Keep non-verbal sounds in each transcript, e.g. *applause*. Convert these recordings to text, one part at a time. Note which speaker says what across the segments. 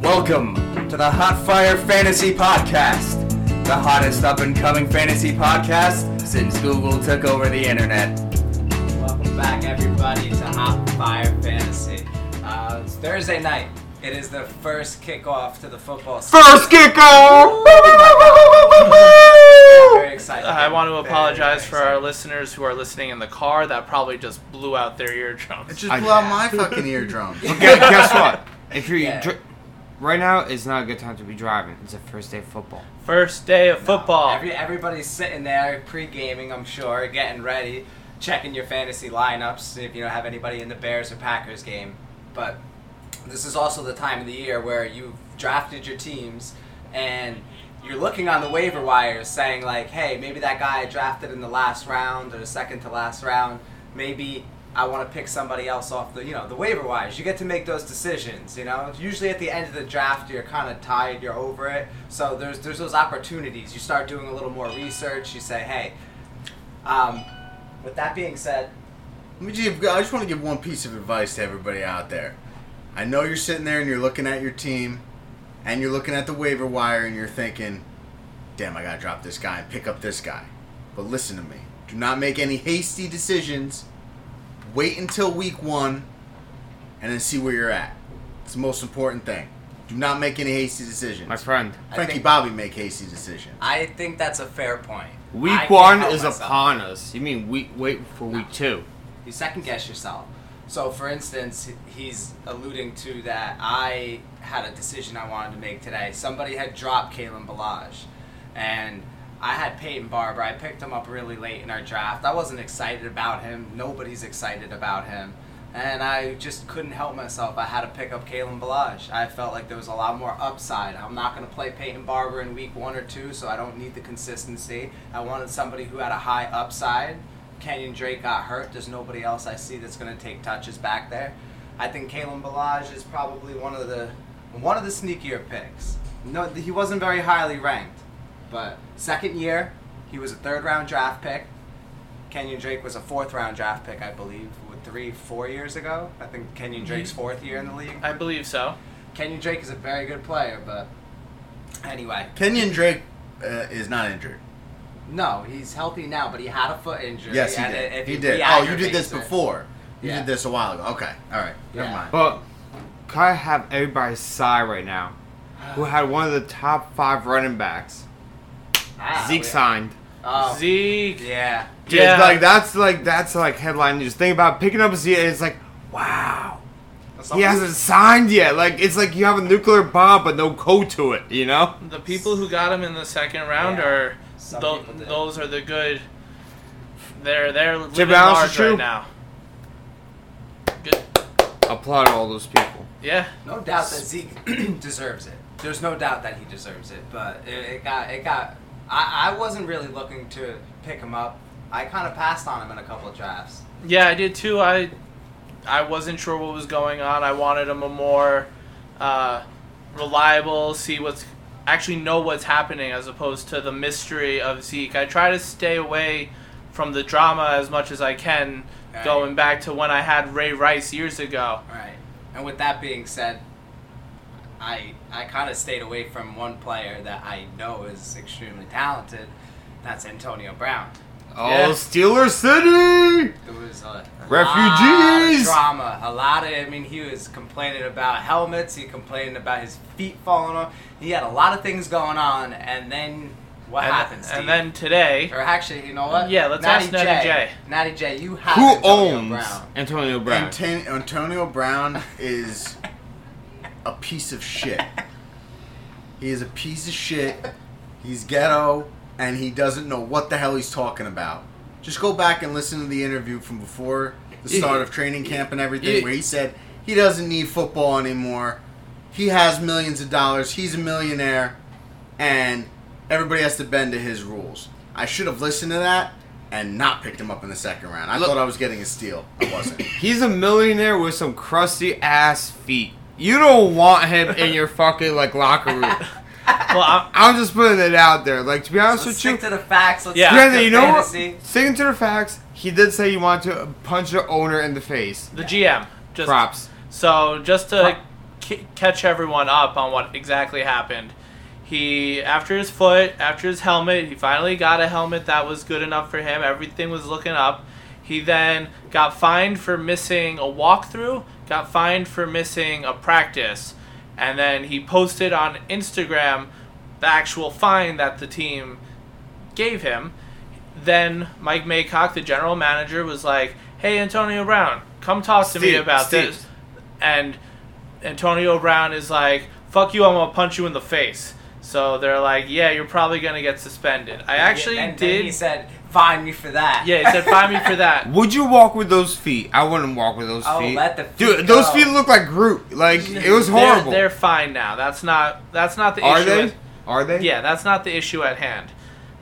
Speaker 1: Welcome to the Hot Fire Fantasy Podcast, the hottest up and coming fantasy podcast since Google took over the internet.
Speaker 2: Welcome back, everybody, to Hot Fire Fantasy. Uh, it's Thursday night. It is the first kickoff to the football season.
Speaker 1: First kickoff!
Speaker 2: Very excited.
Speaker 3: I want to
Speaker 2: Very,
Speaker 3: apologize
Speaker 2: very
Speaker 3: for our listeners who are listening in the car. That probably just blew out their eardrums.
Speaker 4: It just
Speaker 5: I-
Speaker 4: blew out my fucking eardrum.
Speaker 5: Okay, guess what? If you're
Speaker 2: Yeah.
Speaker 5: dri- right now, it's not a good time to be driving. It's the first day of football.
Speaker 3: First day of football.
Speaker 2: Every, everybody's sitting there pre-gaming, I'm sure, getting ready, checking your fantasy lineups, see if you don't have anybody in the Bears or Packers game. But this is also the time of the year where you've drafted your teams and you're looking on the waiver wires saying like, hey, maybe that guy I drafted in the last round or the second to last round, maybe I want to pick somebody else off the, you know, the waiver wires. You get to make those decisions, you know. Usually at the end of the draft, you're kind of tired, you're over it. So there's there's those opportunities. You start doing a little more research. You say, hey, um, with that being said,
Speaker 4: Let me give, I just want to give one piece of advice to everybody out there. I know you're sitting there and you're looking at your team, and you're looking at the waiver wire, and you're thinking, "Damn, I gotta drop this guy and pick up this guy." But listen to me. Do not make any hasty decisions. Wait until week one, and then see where you're at. It's the most important thing. Do not make any hasty decisions.
Speaker 5: My friend,
Speaker 4: Frankie
Speaker 2: think-
Speaker 4: Bobby make hasty decisions.
Speaker 2: I think that's a fair point. I
Speaker 5: week
Speaker 2: can't
Speaker 5: one
Speaker 2: help
Speaker 5: is
Speaker 2: myself.
Speaker 5: upon us. You mean we wait for week two?
Speaker 2: You second guess yourself. So, for instance, he's alluding to that I had a decision I wanted to make today. Somebody had dropped Kalen Balaj, and I had Peyton Barber. I picked him up really late in our draft. I wasn't excited about him. Nobody's excited about him. And I just couldn't help myself. I had to pick up Kalen Balaj. I felt like there was a lot more upside. I'm not going to play Peyton Barber in week one or two, so I don't need the consistency. I wanted somebody who had a high upside. Kenyon Drake got hurt. There's nobody else I see that's going to take touches back there. I think Kalen Balaj is probably one of the one of the sneakier picks. No, he wasn't very highly ranked, but second year, he was a third round draft pick. Kenyon Drake was a fourth round draft pick, I believe, with three, four years ago. I think Kenyon Drake's fourth year in the league.
Speaker 3: Mm-hmm. I believe so.
Speaker 2: Kenyon Drake is a very good player, but anyway,
Speaker 4: Kenyon Drake uh, is not injured.
Speaker 2: no, he's healthy now, but he had a foot injury.
Speaker 4: Yes, he
Speaker 2: and
Speaker 4: did.
Speaker 2: if
Speaker 4: he did. Oh, you did
Speaker 2: re-aggravates
Speaker 4: this
Speaker 2: it-
Speaker 4: before. You
Speaker 2: Yeah.
Speaker 4: did this a while ago. Okay. All right. Never
Speaker 2: Yeah.
Speaker 4: mind.
Speaker 5: But I have everybody sigh right now. Who had one of the top five running backs?
Speaker 2: Ah,
Speaker 5: Zeke
Speaker 2: we-
Speaker 5: signed.
Speaker 2: Oh,
Speaker 3: Zeke.
Speaker 2: Yeah.
Speaker 5: Yeah,
Speaker 3: Yeah.
Speaker 5: like that's like that's like headline news. Think about picking up a seat. and It's like, wow, he hasn't signed yet. Like it's like you have a nuclear bomb but no code to it. You know.
Speaker 3: The people who got him in the second round
Speaker 2: Yeah.
Speaker 3: are
Speaker 2: Some
Speaker 3: tho-
Speaker 2: people did.
Speaker 3: those are the good. They're they're living
Speaker 5: balance
Speaker 3: large
Speaker 5: the troop.
Speaker 3: right now. Good.
Speaker 5: Applaud all those people.
Speaker 3: Yeah.
Speaker 2: No doubt that Zeke *clears throat* deserves it. There's no doubt that he deserves it. But it, it got it got. I, I wasn't really looking to pick him up. I kind of passed on him in a couple of drafts.
Speaker 3: Yeah, I did too. I I wasn't sure what was going on. I wanted him a more uh, reliable, see what's actually know what's happening as opposed to the mystery of Zeke. I try to stay away from the drama as much as I can,
Speaker 2: Right.
Speaker 3: going back to when I had Ray Rice years ago.
Speaker 2: All right. And with that being said, I I kind of stayed away from one player that I know is extremely talented. That's Antonio Brown.
Speaker 5: Oh,
Speaker 3: Yeah.
Speaker 5: Steeler City!
Speaker 2: There was uh, a
Speaker 5: Refugees!
Speaker 2: lot of drama. A lot of. I mean, he was complaining about helmets. He complained about his feet falling off. He had a lot of things going on, and then what
Speaker 3: and,
Speaker 2: happened? Steve?
Speaker 3: and
Speaker 2: *laughs*
Speaker 3: then today,
Speaker 2: or actually, you know what?
Speaker 3: Yeah, let's ask Natty J.
Speaker 2: Natty J, you have
Speaker 5: Who
Speaker 2: Antonio
Speaker 5: owns
Speaker 2: Brown.
Speaker 5: Antonio Brown?
Speaker 4: Anton- Antonio Brown is a piece of shit. He is a piece of shit. He's ghetto, and he doesn't know what the hell he's talking about. Just go back and listen to the interview from before the start of training camp and everything, where he said he doesn't need football anymore. He has millions of dollars. He's a millionaire, and everybody has to bend to his rules. I should have listened to that and not picked him up in the second round. I thought I was getting a steal. I wasn't.
Speaker 5: He's a millionaire with some crusty ass feet. You don't want him
Speaker 2: *laughs*
Speaker 5: in your fucking like locker room.
Speaker 3: Well, I,
Speaker 5: I'm just putting it out there. Like to be honest
Speaker 2: Let's
Speaker 5: with you,
Speaker 2: stick to the facts. Let's
Speaker 3: Yeah.
Speaker 2: yeah,
Speaker 5: yeah,
Speaker 2: stick to
Speaker 5: you know what?
Speaker 2: fantasy.
Speaker 5: Sticking to the facts, he did say he wanted to punch the owner in the face.
Speaker 3: the GM just
Speaker 5: Props.
Speaker 3: So just to c- catch everyone up on what exactly happened, he after his foot, after his helmet, he finally got a helmet that was good enough for him. Everything was looking up. He then got fined for missing a walkthrough, got fined for missing a practice, and then he posted on Instagram the actual fine that the team gave him. Then Mike Maycock, the general manager, was like, "Hey, Antonio Brown, come talk to me
Speaker 5: Steve,
Speaker 3: about
Speaker 5: Steve.
Speaker 3: this." And Antonio Brown is like, "Fuck you! I'm gonna punch you in the face." So they're like, "Yeah, you're probably gonna get suspended." I actually
Speaker 2: and then
Speaker 3: did.
Speaker 2: he said, "Find me for that."
Speaker 3: yeah, he said,
Speaker 2: *laughs*
Speaker 3: "Find me for that."
Speaker 5: Would you walk with those feet? I wouldn't walk with those
Speaker 2: Oh,
Speaker 5: feet.
Speaker 2: let the
Speaker 5: Dude,
Speaker 2: feet
Speaker 5: those
Speaker 2: go.
Speaker 5: feet look like Groot. Like *laughs* it
Speaker 2: *laughs*
Speaker 5: was
Speaker 3: They're-
Speaker 5: horrible.
Speaker 3: They're, fine now. That's not. That's not the
Speaker 5: Are
Speaker 3: issue.
Speaker 5: they?
Speaker 3: at-
Speaker 5: Are they?
Speaker 3: Yeah, that's not the issue at hand.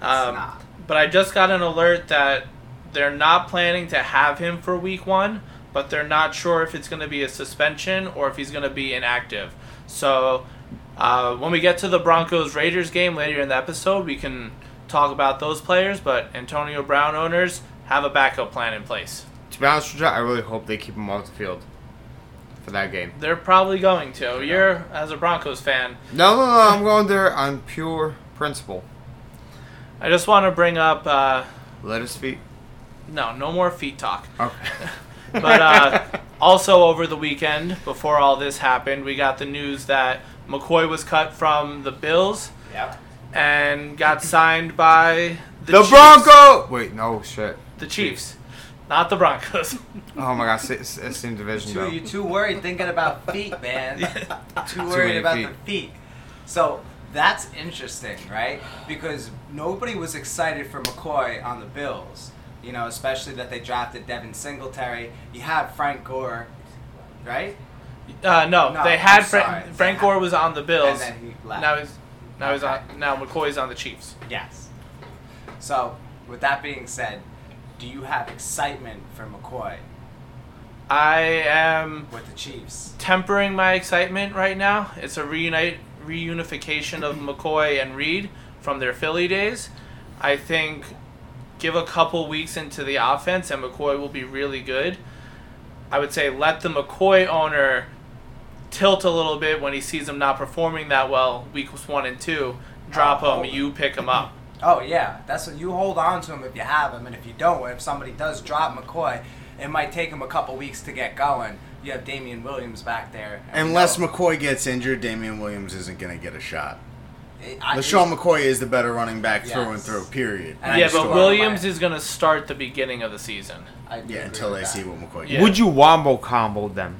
Speaker 3: Um,
Speaker 2: not.
Speaker 3: But I just got an alert that they're not planning to have him for week one, but they're not sure if it's going to be a suspension or if he's going to be inactive. So uh, when we get to the Broncos Raiders game later in the episode, we can talk about those players, but Antonio Brown owners have a backup plan in place.
Speaker 5: To be honest with you, I really hope they keep him off the field for that game.
Speaker 3: They're probably going to. You're, as a Broncos fan,
Speaker 5: No, no, no. I'm going there on pure principle.
Speaker 3: I just want to bring up uh,
Speaker 5: Lettuce feet.
Speaker 3: no, no more feet talk.
Speaker 5: Okay.
Speaker 3: *laughs* But uh, also over the weekend, before all this happened, we got the news that McCoy was cut from the Bills
Speaker 2: Yep.
Speaker 3: and got signed by the,
Speaker 5: The
Speaker 3: Chiefs-
Speaker 5: Bronco. Wait, no shit.
Speaker 3: The Chiefs, not the Broncos. *laughs*
Speaker 5: Oh my God, it's, it's same division
Speaker 2: Too,
Speaker 5: though.
Speaker 2: you're too worried thinking about *laughs* feet, man. too worried
Speaker 5: many
Speaker 2: about
Speaker 5: feet.
Speaker 2: the feet. So that's interesting, right? Because nobody was excited for McCoy on the Bills. You know, especially that they drafted Devin Singletary. You have Frank Gore, right?
Speaker 3: Uh, no,
Speaker 2: No,
Speaker 3: they had
Speaker 2: I'm sorry.
Speaker 3: Frank, Frank Gore was on the Bills.
Speaker 2: And then he left.
Speaker 3: Now he's now he's on now McCoy's on the Chiefs.
Speaker 2: Yes. So, with that being said, do you have excitement for McCoy
Speaker 3: I am
Speaker 2: with the Chiefs?
Speaker 3: tempering my excitement right now. It's a reunite reunification of McCoy and Reed from their Philly days. I think give a couple weeks into the offense and McCoy will be really good. I would say let the McCoy owner tilt a little bit when he sees him not performing that well weeks one and two. Drop
Speaker 2: Oh.
Speaker 3: him, you pick him up.
Speaker 2: Oh yeah, that's what you hold on to him if you have him, and if you don't, if somebody does drop McCoy, it might take him a couple weeks to get going. You have Damian Williams back there. and
Speaker 4: Unless
Speaker 2: we know-
Speaker 4: McCoy gets injured, Damian Williams isn't going to get a shot.
Speaker 2: I-
Speaker 4: LaShawn McCoy is the better running back through and
Speaker 2: Yes.
Speaker 4: through, period.
Speaker 2: And I
Speaker 3: yeah,
Speaker 2: just
Speaker 3: but
Speaker 2: don't
Speaker 3: Williams
Speaker 2: like-
Speaker 3: is going to start the beginning of the season.
Speaker 2: I do agree
Speaker 4: Yeah, until
Speaker 2: with
Speaker 4: they
Speaker 2: that.
Speaker 4: see what McCoy
Speaker 3: Yeah.
Speaker 4: gets.
Speaker 5: Would you wombo combo them?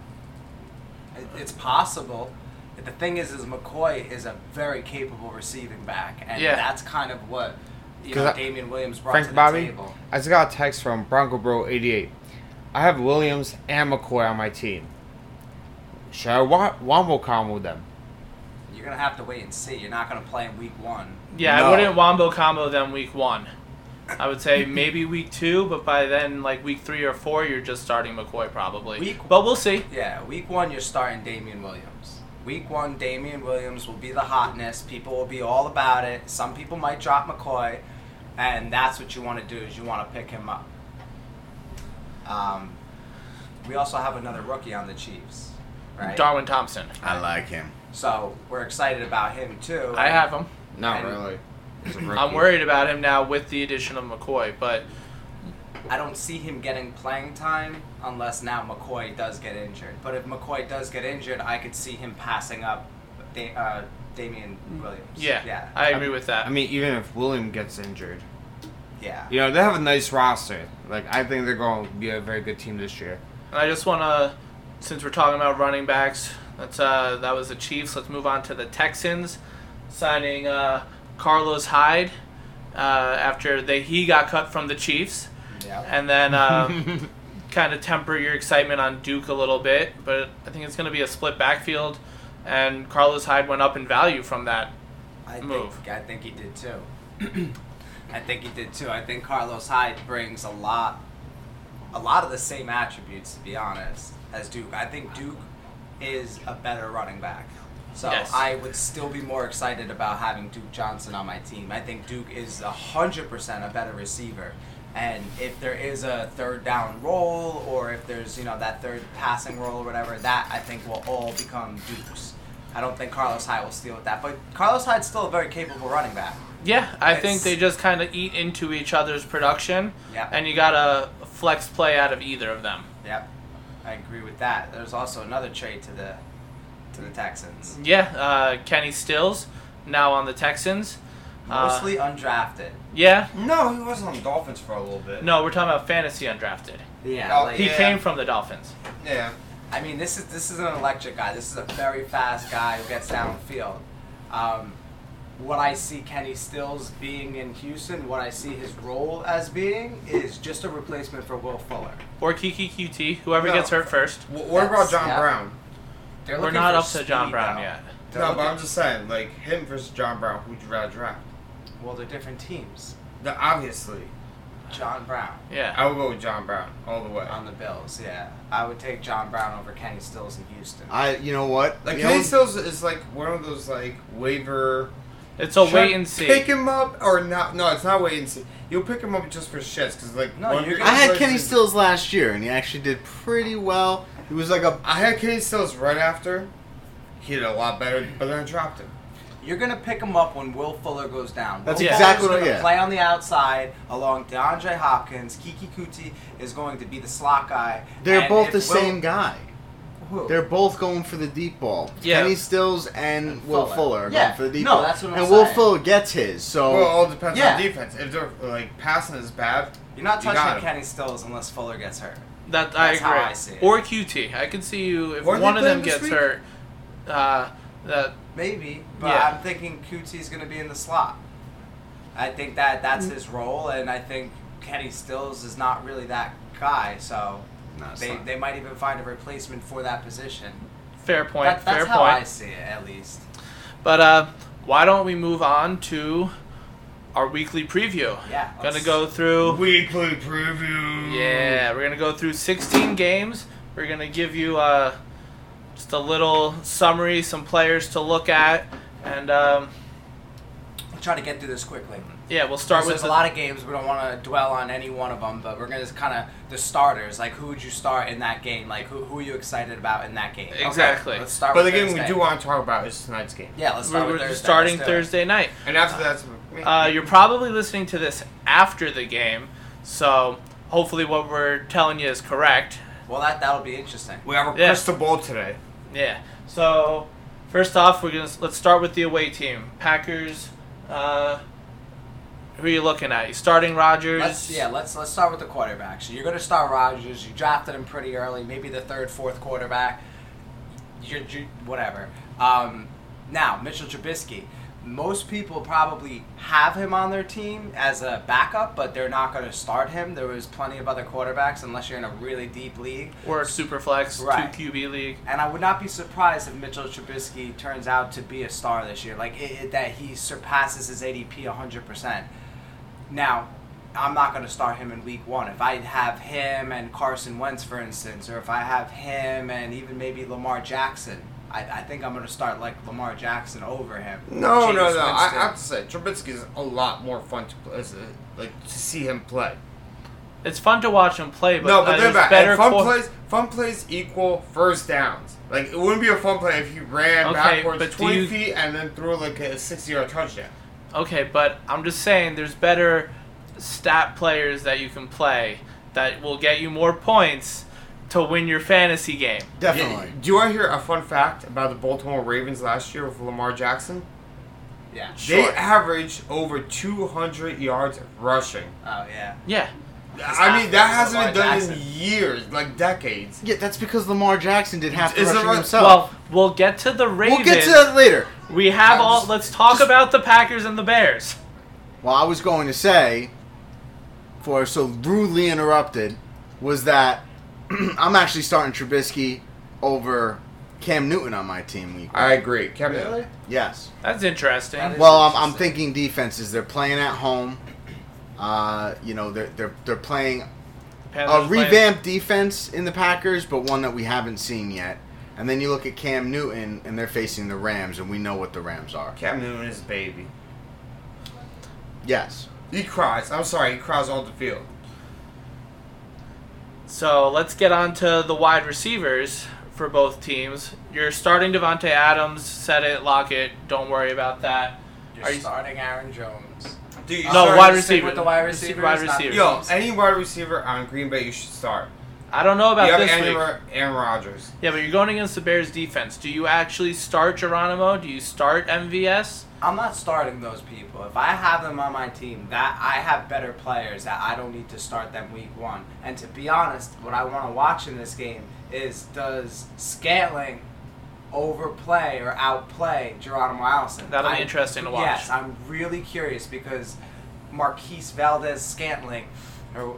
Speaker 2: It- It's possible. But The thing is, is McCoy is a very capable receiving back, and
Speaker 3: Yeah.
Speaker 2: that's kind of what you
Speaker 5: 'Cause
Speaker 2: know
Speaker 5: I-
Speaker 2: Damian Williams brought to
Speaker 5: Frank
Speaker 2: the
Speaker 5: Bobby,
Speaker 2: table.
Speaker 5: I just got a text from Bronco Bro 88. I have Williams and McCoy on my team. Should I wa- wombo combo them?
Speaker 2: You're gonna have to wait and see. You're not gonna play in week one.
Speaker 3: Yeah, I
Speaker 4: No.
Speaker 3: wouldn't wombo combo them week one. I
Speaker 5: *laughs*
Speaker 3: would say maybe week two, but by then, like week three or four, you're just starting McCoy probably.
Speaker 2: Week-
Speaker 3: but we'll see.
Speaker 2: Yeah, week one you're starting Damian Williams. Week one, Damian Williams will be the hotness. People will be all about it. Some people might drop McCoy, and that's what you want to do is you want to pick him up. Um, we also have another rookie on the Chiefs, right?
Speaker 3: Darwin Thompson.
Speaker 4: I like him.
Speaker 2: So we're excited about him too.
Speaker 3: I have him.
Speaker 5: Not
Speaker 2: And-
Speaker 5: really. He's a rookie.
Speaker 3: I'm worried about him now with the addition of McCoy, but
Speaker 2: I don't see him getting playing time unless now McCoy does get injured. But if McCoy does get injured, I could see him passing up da- uh, Damian Williams.
Speaker 3: yeah,
Speaker 2: Yeah.
Speaker 3: I agree with that.
Speaker 5: I mean, even if William gets injured,
Speaker 2: yeah.
Speaker 5: you know, they have a nice roster. Like, I think they're going to be a very good team this year.
Speaker 3: And I just want to, since we're talking about running backs, that's uh, that was the Chiefs. Let's move on to the Texans, signing uh, Carlos Hyde uh, after they he got cut from the Chiefs.
Speaker 2: yeah.
Speaker 3: and then uh, kind of temper your excitement on Duke a little bit. But I think it's going to be a split backfield, and Carlos Hyde went up in value from that.
Speaker 2: I
Speaker 3: move.
Speaker 2: Think, I think he did too. *clears throat* I think he did too. I think Carlos Hyde brings a lot, a lot of the same attributes, to be honest, as Duke. I think Duke is a better running back. So
Speaker 3: Yes.
Speaker 2: I would still be more excited about having Duke Johnson on my team. I think Duke is hundred percent a better receiver. And if there is a third down roll, or if there's you know that third passing roll or whatever, that I think will all become Duke's. I don't think Carlos Hyde will steal with that, but Carlos Hyde's still a very capable running back.
Speaker 3: Yeah, I
Speaker 2: It's-
Speaker 3: think they just kind of eat into each other's production,
Speaker 2: Yeah.
Speaker 3: and you got to flex play out of either of them.
Speaker 2: Yep, I agree with that. There's also another trade to the to the Texans,
Speaker 3: Yeah, uh, Kenny Stills now on the Texans. Uh,
Speaker 2: mostly undrafted.
Speaker 3: yeah,
Speaker 6: No, he wasn't on the Dolphins for a little bit.
Speaker 3: no, we're talking about fantasy undrafted.
Speaker 2: Yeah,
Speaker 6: Oh,
Speaker 2: like,
Speaker 3: He
Speaker 6: Yeah.
Speaker 3: came from the Dolphins.
Speaker 6: Yeah.
Speaker 2: I mean, this is this is an electric guy. This is a very fast guy who gets downfield. Um, what I see Kenny Stills being in Houston, what I see his role as being, is just a replacement for Will Fuller.
Speaker 3: Or Kiki QT, whoever
Speaker 6: No.
Speaker 3: gets hurt first.
Speaker 6: W- What about
Speaker 2: That's-
Speaker 6: John
Speaker 2: yeah.
Speaker 6: Brown?
Speaker 2: They're
Speaker 3: We're
Speaker 2: looking
Speaker 3: not
Speaker 2: for
Speaker 3: up to John
Speaker 2: speed,
Speaker 3: Brown
Speaker 2: though.
Speaker 3: yet.
Speaker 2: They're
Speaker 6: No, but I'm
Speaker 2: looking-
Speaker 6: just saying, like him versus John Brown, who'd you rather draft?
Speaker 2: well, they're different teams.
Speaker 6: The, obviously,
Speaker 2: John Brown
Speaker 3: Yeah.
Speaker 6: I would go with John Brown all the way.
Speaker 4: Um,
Speaker 2: on the Bills. Yeah, I would take John Brown over Kenny Stills in Houston.
Speaker 4: I, you know what?
Speaker 6: Like
Speaker 4: The
Speaker 6: Kenny
Speaker 4: only-
Speaker 6: Stills is like one of those like waiver.
Speaker 3: It's a
Speaker 6: Should
Speaker 3: wait and see.
Speaker 6: Pick him up or not? No, it's not wait and see. You'll pick him up just for shits because like
Speaker 2: No,
Speaker 6: one
Speaker 2: you're
Speaker 6: person-
Speaker 4: I had Kenny Stills last year, and he actually did pretty well. He was like a
Speaker 6: I had Kenny Stills right after. He did a lot better, but then I dropped him.
Speaker 2: You're gonna pick him up when Will Fuller goes down.
Speaker 4: That's
Speaker 2: Will
Speaker 4: exactly
Speaker 2: Fuller's
Speaker 4: what-
Speaker 2: gonna
Speaker 4: yeah.
Speaker 2: Play on the outside along DeAndre Hopkins. Kiki Kuti is going to be the slot guy.
Speaker 4: They're
Speaker 2: And
Speaker 4: both
Speaker 2: if
Speaker 4: the
Speaker 2: Will-
Speaker 4: same guy.
Speaker 2: Who?
Speaker 4: They're both going for the deep ball.
Speaker 3: Yeah.
Speaker 4: Kenny Stills and,
Speaker 2: And
Speaker 4: Will
Speaker 2: Fuller.
Speaker 4: Fuller are
Speaker 2: Yeah.
Speaker 4: going for the deep
Speaker 2: No,
Speaker 4: ball.
Speaker 2: that's what I'm
Speaker 4: and Will
Speaker 2: saying.
Speaker 4: Fuller gets his, so
Speaker 6: Well, it all depends
Speaker 2: Yeah.
Speaker 6: on defense. If they're like passing is bad,
Speaker 2: You're not
Speaker 6: You got
Speaker 2: touching
Speaker 6: him.
Speaker 2: Kenny Stills unless Fuller gets hurt.
Speaker 3: That I
Speaker 2: That's
Speaker 3: agree.
Speaker 2: how I see it.
Speaker 3: Or QT. I can see you if
Speaker 6: Where are they
Speaker 3: one of them
Speaker 6: playing this
Speaker 3: gets
Speaker 6: week?
Speaker 3: hurt. Uh, that
Speaker 2: Maybe, but
Speaker 3: Yeah.
Speaker 2: I'm thinking Kuti's gonna be in the slot. I think that that's
Speaker 4: Mm.
Speaker 2: his role, and I think Kenny Stills is not really that guy. So
Speaker 6: No, it's
Speaker 2: they
Speaker 6: not.
Speaker 2: they might even find a replacement for that position.
Speaker 3: fair point.
Speaker 2: That- that's
Speaker 3: fair
Speaker 2: how
Speaker 3: point.
Speaker 2: I see it, at least.
Speaker 3: But uh, why don't we move on to our weekly preview?
Speaker 2: Yeah,
Speaker 3: Gonna
Speaker 2: let's-
Speaker 3: go through.
Speaker 6: weekly preview.
Speaker 3: Yeah, we're gonna go through 16 games. We're gonna give you uh, just a little summary, some players to look at, and um,
Speaker 2: Try to get through this quickly.
Speaker 3: yeah, we'll start
Speaker 2: So
Speaker 3: with
Speaker 2: there's a
Speaker 3: the-
Speaker 2: lot of games. We don't want to dwell on any one of them, but we're gonna kind of the starters. Like, who would you start in that game? Like, who, who are you excited about in that game?
Speaker 3: Exactly.
Speaker 2: Okay, let's start.
Speaker 6: But the
Speaker 2: with
Speaker 6: game we
Speaker 2: Thursday.
Speaker 6: do want to talk about is tonight's game.
Speaker 2: Yeah, let's
Speaker 3: we're
Speaker 2: start with
Speaker 3: we're
Speaker 2: Thursday.
Speaker 3: starting
Speaker 2: Let's do it.
Speaker 3: Thursday night.
Speaker 6: And after that's
Speaker 3: Uh, you're probably listening to this after the game, so hopefully what we're telling you is correct.
Speaker 2: Well, that that'll be interesting.
Speaker 6: we have a
Speaker 3: yeah.
Speaker 6: crystal ball today.
Speaker 3: Yeah. So first off, we're gonna let's start with the away team. Packers. Uh, who are you looking at? You starting Rogers?
Speaker 2: Let's, yeah, let's let's start with the quarterback. So you're going to start Rodgers. You drafted him pretty early, maybe the third, fourth quarterback. You're, you whatever. Um, now Mitchell Trubisky. Most people probably have him on their team as a backup, but they're not going to start him. There was plenty of other quarterbacks, unless you're in a really deep league.
Speaker 3: Or Superflex
Speaker 2: Right.
Speaker 3: two QB league.
Speaker 2: And I would not be surprised if Mitchell Trubisky turns out to be a star this year, like it, it- that he surpasses his ADP 100%. Now, I'm not going to start him in week one. If I have him and Carson Wentz, for instance, or if I have him and even maybe Lamar Jackson, I, I think I'm going to start like Lamar Jackson over him.
Speaker 6: No,
Speaker 2: James
Speaker 6: no, no. I, I
Speaker 2: Winston.
Speaker 6: have to say, Trubisky is a lot more fun to play, is, uh, like to see him play.
Speaker 3: It's fun to watch him play, but,
Speaker 6: no,
Speaker 3: uh,
Speaker 6: but think
Speaker 3: there's
Speaker 6: about it.
Speaker 3: better
Speaker 6: And Fun
Speaker 3: quar-
Speaker 6: plays, fun plays equal first downs. Like it wouldn't be a fun play if he ran
Speaker 3: Okay, but
Speaker 6: backwards
Speaker 3: do
Speaker 6: twenty
Speaker 3: you-
Speaker 6: feet and then threw like a sixty-yard touchdown.
Speaker 3: Okay, but I'm just saying there's better stat players that you can play that will get you more points to win your fantasy game.
Speaker 4: definitely.
Speaker 6: Do you want to hear a fun fact about the Baltimore Ravens last year with Lamar Jackson?
Speaker 2: Yeah.
Speaker 6: They averaged over two hundred yards rushing.
Speaker 2: Oh, yeah.
Speaker 3: Yeah.
Speaker 6: I mean, that hasn't
Speaker 2: Lamar
Speaker 6: been done
Speaker 2: Jackson.
Speaker 6: in years, like decades.
Speaker 4: Yeah, that's because Lamar Jackson did half the
Speaker 6: Is it
Speaker 4: rushing
Speaker 6: right-
Speaker 4: himself.
Speaker 3: Well, we'll get to the Ravens.
Speaker 4: we'll get to that later.
Speaker 3: We have
Speaker 6: I'm
Speaker 3: all.
Speaker 6: just-
Speaker 3: Let's talk
Speaker 6: just-
Speaker 3: about the Packers and the Bears.
Speaker 4: Well, I was going to say, for so rudely interrupted, was that *clears throat* I'm actually starting Trubisky over Cam Newton on my team week.
Speaker 6: I agree. Kevin.
Speaker 4: Yes.
Speaker 3: That's interesting.
Speaker 2: That is-
Speaker 4: Well, I'm, I'm
Speaker 2: Interesting.
Speaker 4: thinking defenses. They're playing at home. Uh, you know, they're they're they're playing a
Speaker 3: Panthers playing-
Speaker 4: revamped defense in the Packers, but one that we haven't seen yet. And then you look at Cam Newton, and they're facing the Rams, and we know what the Rams are.
Speaker 6: Cam Newton is a baby.
Speaker 4: Yes.
Speaker 6: He cries. I'm sorry, he cries on the field.
Speaker 3: So let's get on to the wide receivers for both teams. You're starting Devonte Adams. Set it, lock it. Don't worry about that.
Speaker 2: You're
Speaker 3: Are you-
Speaker 2: starting Aaron Jones.
Speaker 6: Dude, you
Speaker 3: No,
Speaker 6: started
Speaker 3: wide
Speaker 6: to
Speaker 3: receiver.
Speaker 6: stick
Speaker 2: Stick with the wide
Speaker 3: Rece-
Speaker 2: receivers.
Speaker 3: wide
Speaker 2: not the
Speaker 3: receiver.
Speaker 6: Yo,
Speaker 2: teams.
Speaker 6: any wide receiver on Green Bay, you should start.
Speaker 3: I don't know about
Speaker 6: you have
Speaker 3: this
Speaker 6: Aaron,
Speaker 3: week.
Speaker 6: Aaron Rodgers.
Speaker 3: Yeah, but you're going against the Bears defense. Do you actually start Geronimo? Do you start MVS?
Speaker 2: I'm not starting those people. If I have them on my team, that I have better players that I don't need to start them week one. And to be honest, what I want to watch in this game is does Scantling overplay or outplay Geronimo Allison?
Speaker 3: That'll be
Speaker 2: I-
Speaker 3: interesting to watch.
Speaker 2: Yes, I'm really curious because Marquise Valdez Scantling, or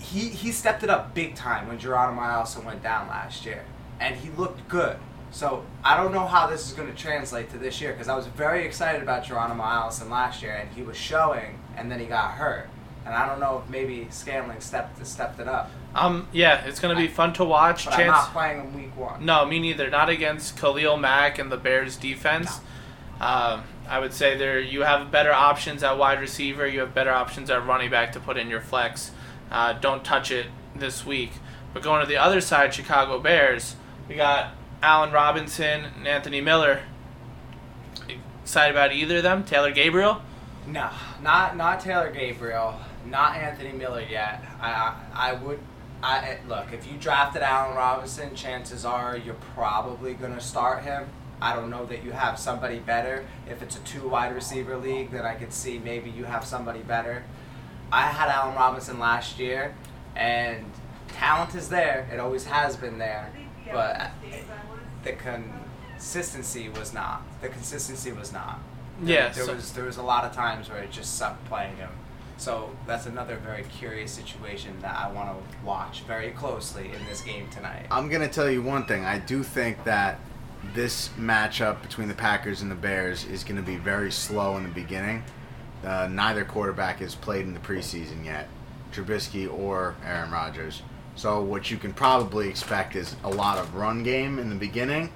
Speaker 2: he he stepped it up big time when Geronimo Allison went down last year, and he looked good. So I don't know how this is going to translate to this year because I was very excited about Geronimo Allison last year, and he was showing, and then he got hurt, and I don't know if maybe Scantling stepped stepped it up,
Speaker 3: Um, yeah, it's gonna be fun to watch.
Speaker 2: but I'm
Speaker 3: Chance.
Speaker 2: not playing him week one.
Speaker 3: No, me neither. Not against Khalil Mack and the Bears defense. Um, I would say there you have better options at wide receiver. You have better options at running back to put in your flex. Uh, don't touch it this week. But going to the other side, Chicago Bears, we got Allen Robinson and Anthony Miller. Excited about either of them? Taylor Gabriel.
Speaker 2: No, not not Taylor Gabriel, not Anthony Miller yet. I I, I would. I, I- look, if you drafted Allen Robinson, chances are you're probably going to start him. I don't know that you have somebody better. If it's a two wide receiver league, then I could see maybe you have somebody better. I had Allen Robinson last year, and talent is there. It always has been there, but the consistency was not. The consistency was not. There-
Speaker 3: Yeah,
Speaker 2: There
Speaker 3: so-
Speaker 2: was there was a lot of times where it just sucked playing him. So that's another very curious situation that I want to watch very closely in this game tonight.
Speaker 4: I'm going to tell you one thing. I do think that this matchup between the Packers and the Bears is going to be very slow in the beginning. Uh, neither quarterback has played in the preseason yet, Trubisky or Aaron Rodgers. So what you can probably expect is a lot of run game in the beginning,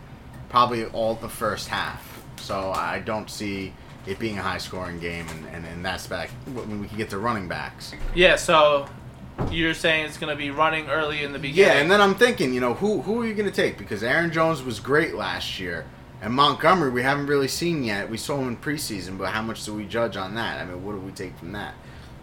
Speaker 4: probably all the first half. So I don't see it being a high-scoring game, and, and, and that's back when we can get to running backs.
Speaker 3: Yeah. So you're saying it's gonna be running early in the beginning.
Speaker 4: Yeah, and then I'm thinking, you know, who who are you going to take? Because Aaron Jones was great last year, and Montgomery we haven't really seen yet. We saw him in preseason, but how much do we judge on that? I mean, what do we take from that?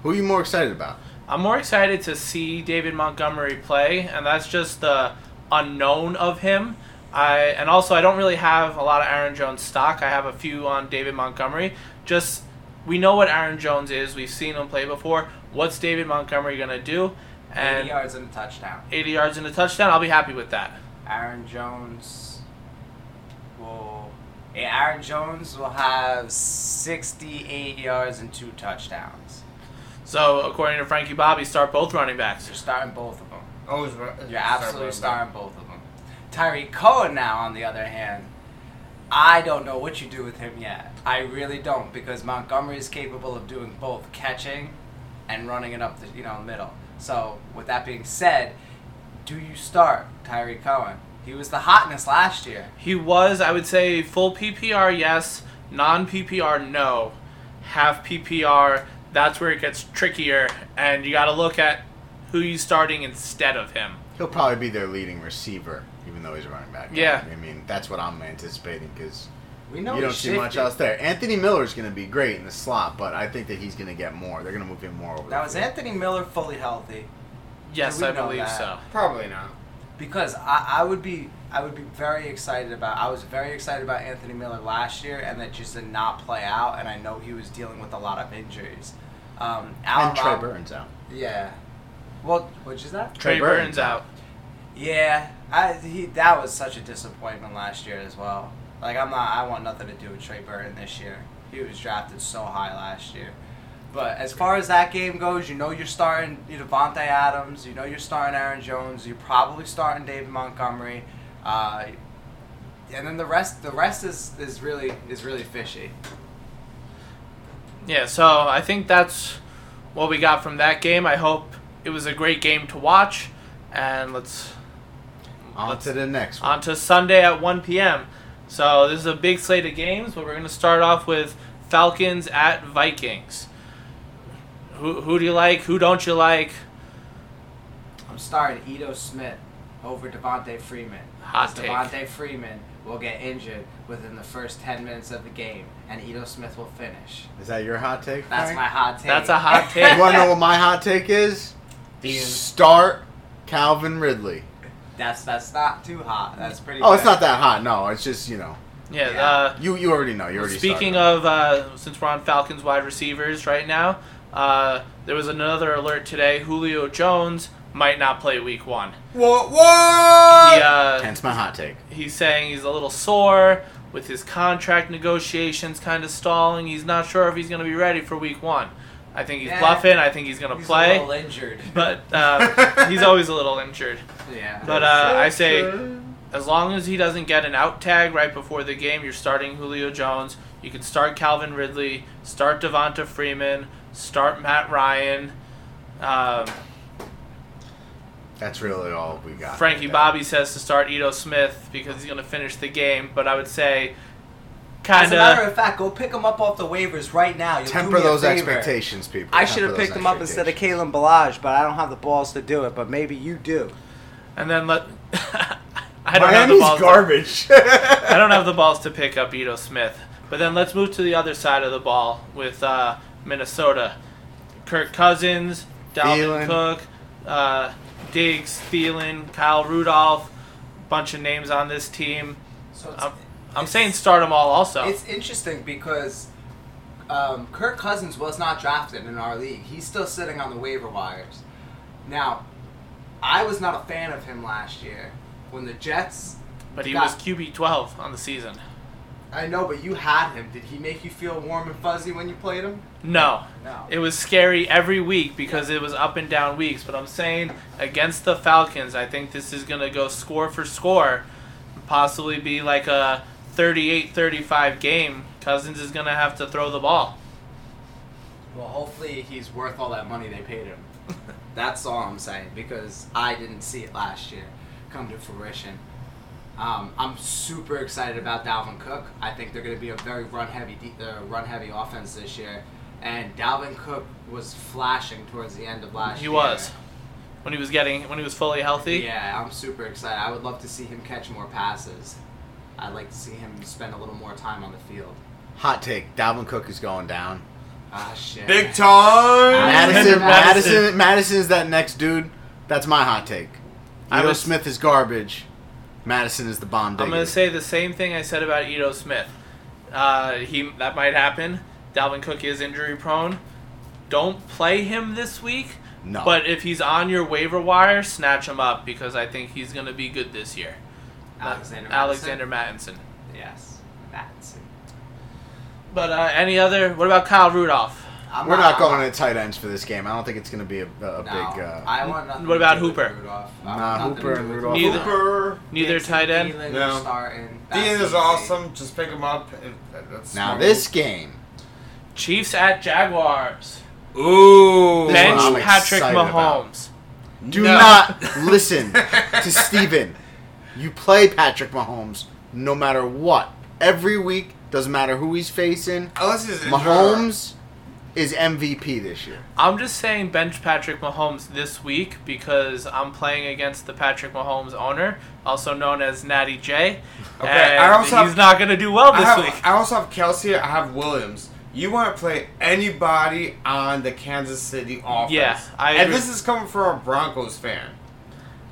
Speaker 4: Who are you more excited about?
Speaker 3: I'm more excited to see David Montgomery play, and that's just the unknown of him. I and also I don't really have a lot of Aaron Jones stock. I have a few on David Montgomery. Just we know what Aaron Jones is. We've seen him play before. What's David Montgomery gonna do?
Speaker 2: 80
Speaker 3: And
Speaker 2: yards and a touchdown.
Speaker 3: 80 yards and a touchdown. I'll be happy with that.
Speaker 2: Aaron Jones will. yeah, Aaron Jones will have 68 yards and two touchdowns.
Speaker 3: So according to Frankie Bobby, start both running backs.
Speaker 2: You're starting both of them.
Speaker 6: Always ru-
Speaker 2: You're
Speaker 6: start
Speaker 2: absolutely
Speaker 6: running back.
Speaker 2: starting both of them. Tyree Cohen, now, on the other hand, I don't know what you do with him yet. I really don't because Montgomery is capable of doing both catching and running it up the you know middle. So with that being said, do you start Tyree Cohen? He was the hotness last year.
Speaker 3: He was, I would say, full PPR, yes. Non PPR, no. Half PPR, that's where it gets trickier, and you got to look at who you starting instead of him.
Speaker 4: He'll probably be their leading receiver, even though he's a running back.
Speaker 3: Yeah.
Speaker 4: I mean that's what I'm anticipating because
Speaker 2: We know
Speaker 4: you don't
Speaker 2: he's
Speaker 4: see much
Speaker 2: shifty.
Speaker 4: else there. Anthony Miller's going to be great in the slot, but I think that he's going to get more. They're going to move him more over.
Speaker 2: Now
Speaker 4: the
Speaker 2: is
Speaker 4: field.
Speaker 2: Anthony Miller fully healthy?
Speaker 3: Yes,
Speaker 2: we
Speaker 3: I
Speaker 2: know
Speaker 3: believe
Speaker 2: that?
Speaker 3: so.
Speaker 6: Probably not.
Speaker 2: because I, I would be I would be very excited about I was very excited about Anthony Miller last year and that just did not play out and I know he was dealing with a lot of injuries. Um, Allen
Speaker 4: And Trey
Speaker 2: Rob-
Speaker 4: Burton's out.
Speaker 2: Yeah. Well, which is that?
Speaker 3: Trey,
Speaker 4: Trey
Speaker 3: Burton's
Speaker 4: Burton's
Speaker 3: out.
Speaker 2: Yeah, I he that was such a disappointment last year as well. Like I'm not I want nothing to do with Trey Burton this year. He was drafted so high last year. But as far as that game goes, you know you're starting Devontae Adams, you know you're starting Aaron Jones, you're probably starting David Montgomery, uh, and then the rest the rest is, is really is really fishy.
Speaker 3: Yeah, so I think that's what we got from that game. I hope it was a great game to watch, and let's
Speaker 4: On to the next one.
Speaker 3: on to Sunday at 1 p.m. So this is a big slate of games, but we're going to start off with Falcons at Vikings. Who, who do you like? Who don't you like?
Speaker 2: I'm starting Ito Smith over Devontae Freeman.
Speaker 3: Hot
Speaker 2: Because
Speaker 3: take.
Speaker 2: Devontae Freeman will get injured within the first 10 minutes of the game, and Ito Smith will finish.
Speaker 4: Is that your hot take?
Speaker 2: That's
Speaker 4: Frank?
Speaker 2: my hot take.
Speaker 3: That's a
Speaker 2: *laughs*
Speaker 3: hot
Speaker 4: You want
Speaker 3: take.
Speaker 4: to know what my hot take is? Start Calvin Ridley.
Speaker 2: That's that's not too hot. That's pretty.
Speaker 4: Oh, it's
Speaker 2: good.
Speaker 4: not that hot. No, it's just you know.
Speaker 3: Yeah.
Speaker 2: Yeah.
Speaker 3: Uh,
Speaker 4: You you already know. You already.
Speaker 3: Speaking
Speaker 4: started.
Speaker 3: of, uh, since we're on Falcons wide receivers right now, uh, there was another alert today. Julio Jones might not play Week One.
Speaker 1: What?
Speaker 3: He,
Speaker 1: What?
Speaker 3: uh,
Speaker 4: Hence my hot take.
Speaker 3: he's saying he's a little sore with his contract negotiations kind of stalling. He's not sure if he's going to be ready for Week One. I think he's
Speaker 2: Yeah.
Speaker 3: bluffing. I think he's going to
Speaker 2: He's a
Speaker 3: play,
Speaker 2: little injured.
Speaker 3: *laughs* but
Speaker 2: *laughs*
Speaker 3: uh, he's always a little injured.
Speaker 2: yeah.
Speaker 3: But uh, I say, as long as he doesn't get an out tag right before the game, you're starting Julio Jones. You can start Calvin Ridley, start Devonta Freeman, start Matt Ryan. Um,
Speaker 4: That's really all we got.
Speaker 3: Frankie Bobby says to start Ito Smith because he's going to finish the game. But I would say,
Speaker 2: As a
Speaker 3: kind
Speaker 2: matter
Speaker 3: of.
Speaker 2: of fact, go pick him up off the waivers right now. You'll do
Speaker 4: Temper
Speaker 2: me a
Speaker 4: those
Speaker 2: favor.
Speaker 4: expectations, people.
Speaker 2: I
Speaker 4: Temper
Speaker 2: should have
Speaker 4: those
Speaker 2: picked him up instead of
Speaker 4: expectations.
Speaker 2: Kalen Balaj, but I don't have the balls to do it. But maybe you do.
Speaker 3: And then let. *laughs* I don't have the
Speaker 4: Miami's
Speaker 3: balls. to- *laughs*
Speaker 4: garbage.
Speaker 3: I don't have the balls to pick up Ito Smith. But then let's move to the other side of the ball with uh, Minnesota. Kirk Cousins, Dalvin
Speaker 4: Thielen.
Speaker 3: Cook, uh, Diggs, Thielen, Kyle Rudolph, bunch of names on this team.
Speaker 2: So
Speaker 3: I'm, I'm saying start them all also.
Speaker 2: It's interesting because um, Kirk Cousins was not drafted in our league. He's still sitting on the waiver wires. Now, I was not a fan of him last year when the Jets.
Speaker 3: But he
Speaker 2: got-
Speaker 3: was QB 12 on the season.
Speaker 2: I know, but you had him. Did he make you feel warm and fuzzy when you played him?
Speaker 3: No.
Speaker 2: No.
Speaker 3: It was scary every week because it was up and down weeks. But I'm saying against the Falcons, I think this is going to go score for score, possibly be like a 38 35 game. Cousins is going to have to throw the ball.
Speaker 2: Well, hopefully he's worth all that money they paid him. That's all I'm saying because I didn't see it last year come to fruition. Um, I'm super excited about Dalvin Cook. I think they're going to be a very run heavy, de- uh, run heavy offense this year. And Dalvin Cook was flashing towards the end of last
Speaker 3: He
Speaker 2: year.
Speaker 3: was. When he was getting, when he was fully healthy.
Speaker 2: Yeah, I'm super excited. I would love to see him catch more passes. I'd like to see him spend a little more time on the field.
Speaker 4: hot take. Dalvin Cook is going down.
Speaker 2: Ah, shit.
Speaker 1: Big time.
Speaker 3: Madison.
Speaker 4: Madison, Madison, Madison is that next dude. That's my hot take.
Speaker 3: I
Speaker 4: Ito
Speaker 3: was-
Speaker 4: Smith is garbage. Madison is the bomb.
Speaker 3: I'm gonna
Speaker 4: diggity.
Speaker 3: say the same thing I said about Ito Smith. Uh, he that might happen. Dalvin Cook is injury prone. Don't play him this week.
Speaker 4: No.
Speaker 3: But if he's on your waiver wire, snatch him up because I think he's gonna be good this year.
Speaker 2: Alexander.
Speaker 3: Alexander Mattinson.
Speaker 2: Madison? Yes, Madison.
Speaker 3: But uh, any other? What about Kyle Rudolph?
Speaker 2: I'm
Speaker 4: We're not going
Speaker 2: I'm-
Speaker 4: to tight ends for this game. I don't think it's going to be a, a
Speaker 2: No,
Speaker 4: big. Uh,
Speaker 2: I want nothing.
Speaker 3: What
Speaker 2: to
Speaker 3: about
Speaker 2: do with
Speaker 3: Hooper?
Speaker 2: Rudolph. I want
Speaker 4: nah,
Speaker 2: nothing to
Speaker 4: Hooper
Speaker 2: do
Speaker 4: and
Speaker 2: with
Speaker 4: Rudolph.
Speaker 3: Neither.
Speaker 6: Hooper.
Speaker 3: Neither
Speaker 2: Dixon,
Speaker 3: tight end.
Speaker 2: Thielen,
Speaker 6: No.
Speaker 2: starting. That's
Speaker 6: Dean is
Speaker 2: easy.
Speaker 6: awesome. Just pick him up. and that's
Speaker 4: Now
Speaker 6: smart.
Speaker 4: this game,
Speaker 3: Chiefs at Jaguars.
Speaker 1: Ooh.
Speaker 4: This
Speaker 3: Bench
Speaker 4: one I'm
Speaker 3: Patrick
Speaker 4: excited about.
Speaker 3: Mahomes.
Speaker 4: do
Speaker 6: No.
Speaker 4: not
Speaker 2: *laughs*
Speaker 4: listen to Steven. You play Patrick Mahomes no matter what. Every week, doesn't matter who he's facing.
Speaker 6: Unless he's injured.
Speaker 4: Mahomes is MVP this year.
Speaker 3: I'm just saying bench Patrick Mahomes this week because I'm playing against the Patrick Mahomes owner, also known as Natty J.
Speaker 6: Okay,
Speaker 3: and
Speaker 6: I also
Speaker 3: he's
Speaker 6: have-
Speaker 3: not going to do well
Speaker 6: I,
Speaker 3: this
Speaker 6: have,
Speaker 3: week.
Speaker 6: I also have Kelsey. I have Williams. You want to play anybody on the Kansas City offense?
Speaker 3: Yeah, I
Speaker 6: And
Speaker 3: agree.
Speaker 6: this is coming from a Broncos fan.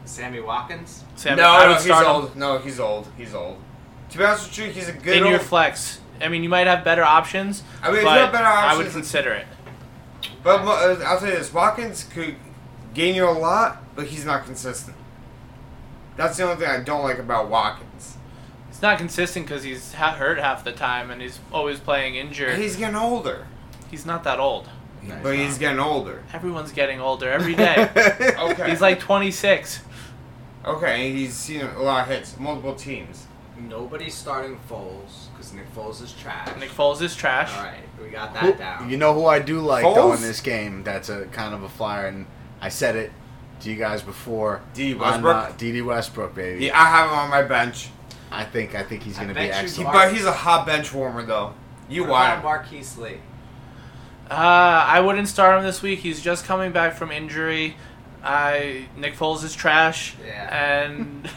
Speaker 2: Sammy Watkins.
Speaker 3: Sam,
Speaker 6: no,
Speaker 3: I would
Speaker 6: no, he's
Speaker 3: start him
Speaker 6: old. No, he's old. He's old. To be honest with you, he's a good.
Speaker 3: in
Speaker 6: old,
Speaker 3: your flex. I mean, you might have better options.
Speaker 6: I mean, if you
Speaker 3: but
Speaker 6: have better
Speaker 3: I would
Speaker 6: options-
Speaker 3: consider it.
Speaker 6: but mo- uh, I'll tell you this: Watkins could gain you a lot, but he's not consistent. That's the only thing I don't like about Watkins.
Speaker 3: It's not consistent because he's ha- hurt half the time and he's always playing injured. He's,
Speaker 6: He's getting older,
Speaker 3: not that old.
Speaker 6: but he's getting
Speaker 3: *laughs*
Speaker 6: older.
Speaker 3: Everyone's getting older
Speaker 2: *laughs*
Speaker 3: every
Speaker 4: *laughs*
Speaker 3: day.
Speaker 6: Okay,
Speaker 2: Oh,
Speaker 3: he's like 26.
Speaker 6: okay, and he's seen a lot of hits, multiple teams.
Speaker 2: Nobody's starting Foles because Nick Foles is trash.
Speaker 3: Nick Foles is trash.
Speaker 2: All right, we got that
Speaker 4: Who-
Speaker 2: down.
Speaker 4: You know who I do like though
Speaker 6: Foles?
Speaker 4: in this game? That's a kind of a flyer, and I said it to you guys before.
Speaker 6: D.D.
Speaker 4: on,
Speaker 6: Westbrook?
Speaker 4: uh, D.D. Westbrook, baby.
Speaker 6: Yeah, I have him on my bench.
Speaker 4: I think I think he's
Speaker 2: I
Speaker 4: going to be
Speaker 2: bet you
Speaker 6: He,
Speaker 4: excellent.
Speaker 2: Mark-
Speaker 6: but he's a hot bench warmer though. You
Speaker 2: What about
Speaker 6: want him?
Speaker 2: Marquise Lee.
Speaker 3: Uh, I wouldn't start him this week. He's just coming back from injury. I Nick Foles is trash.
Speaker 2: Yeah.
Speaker 3: And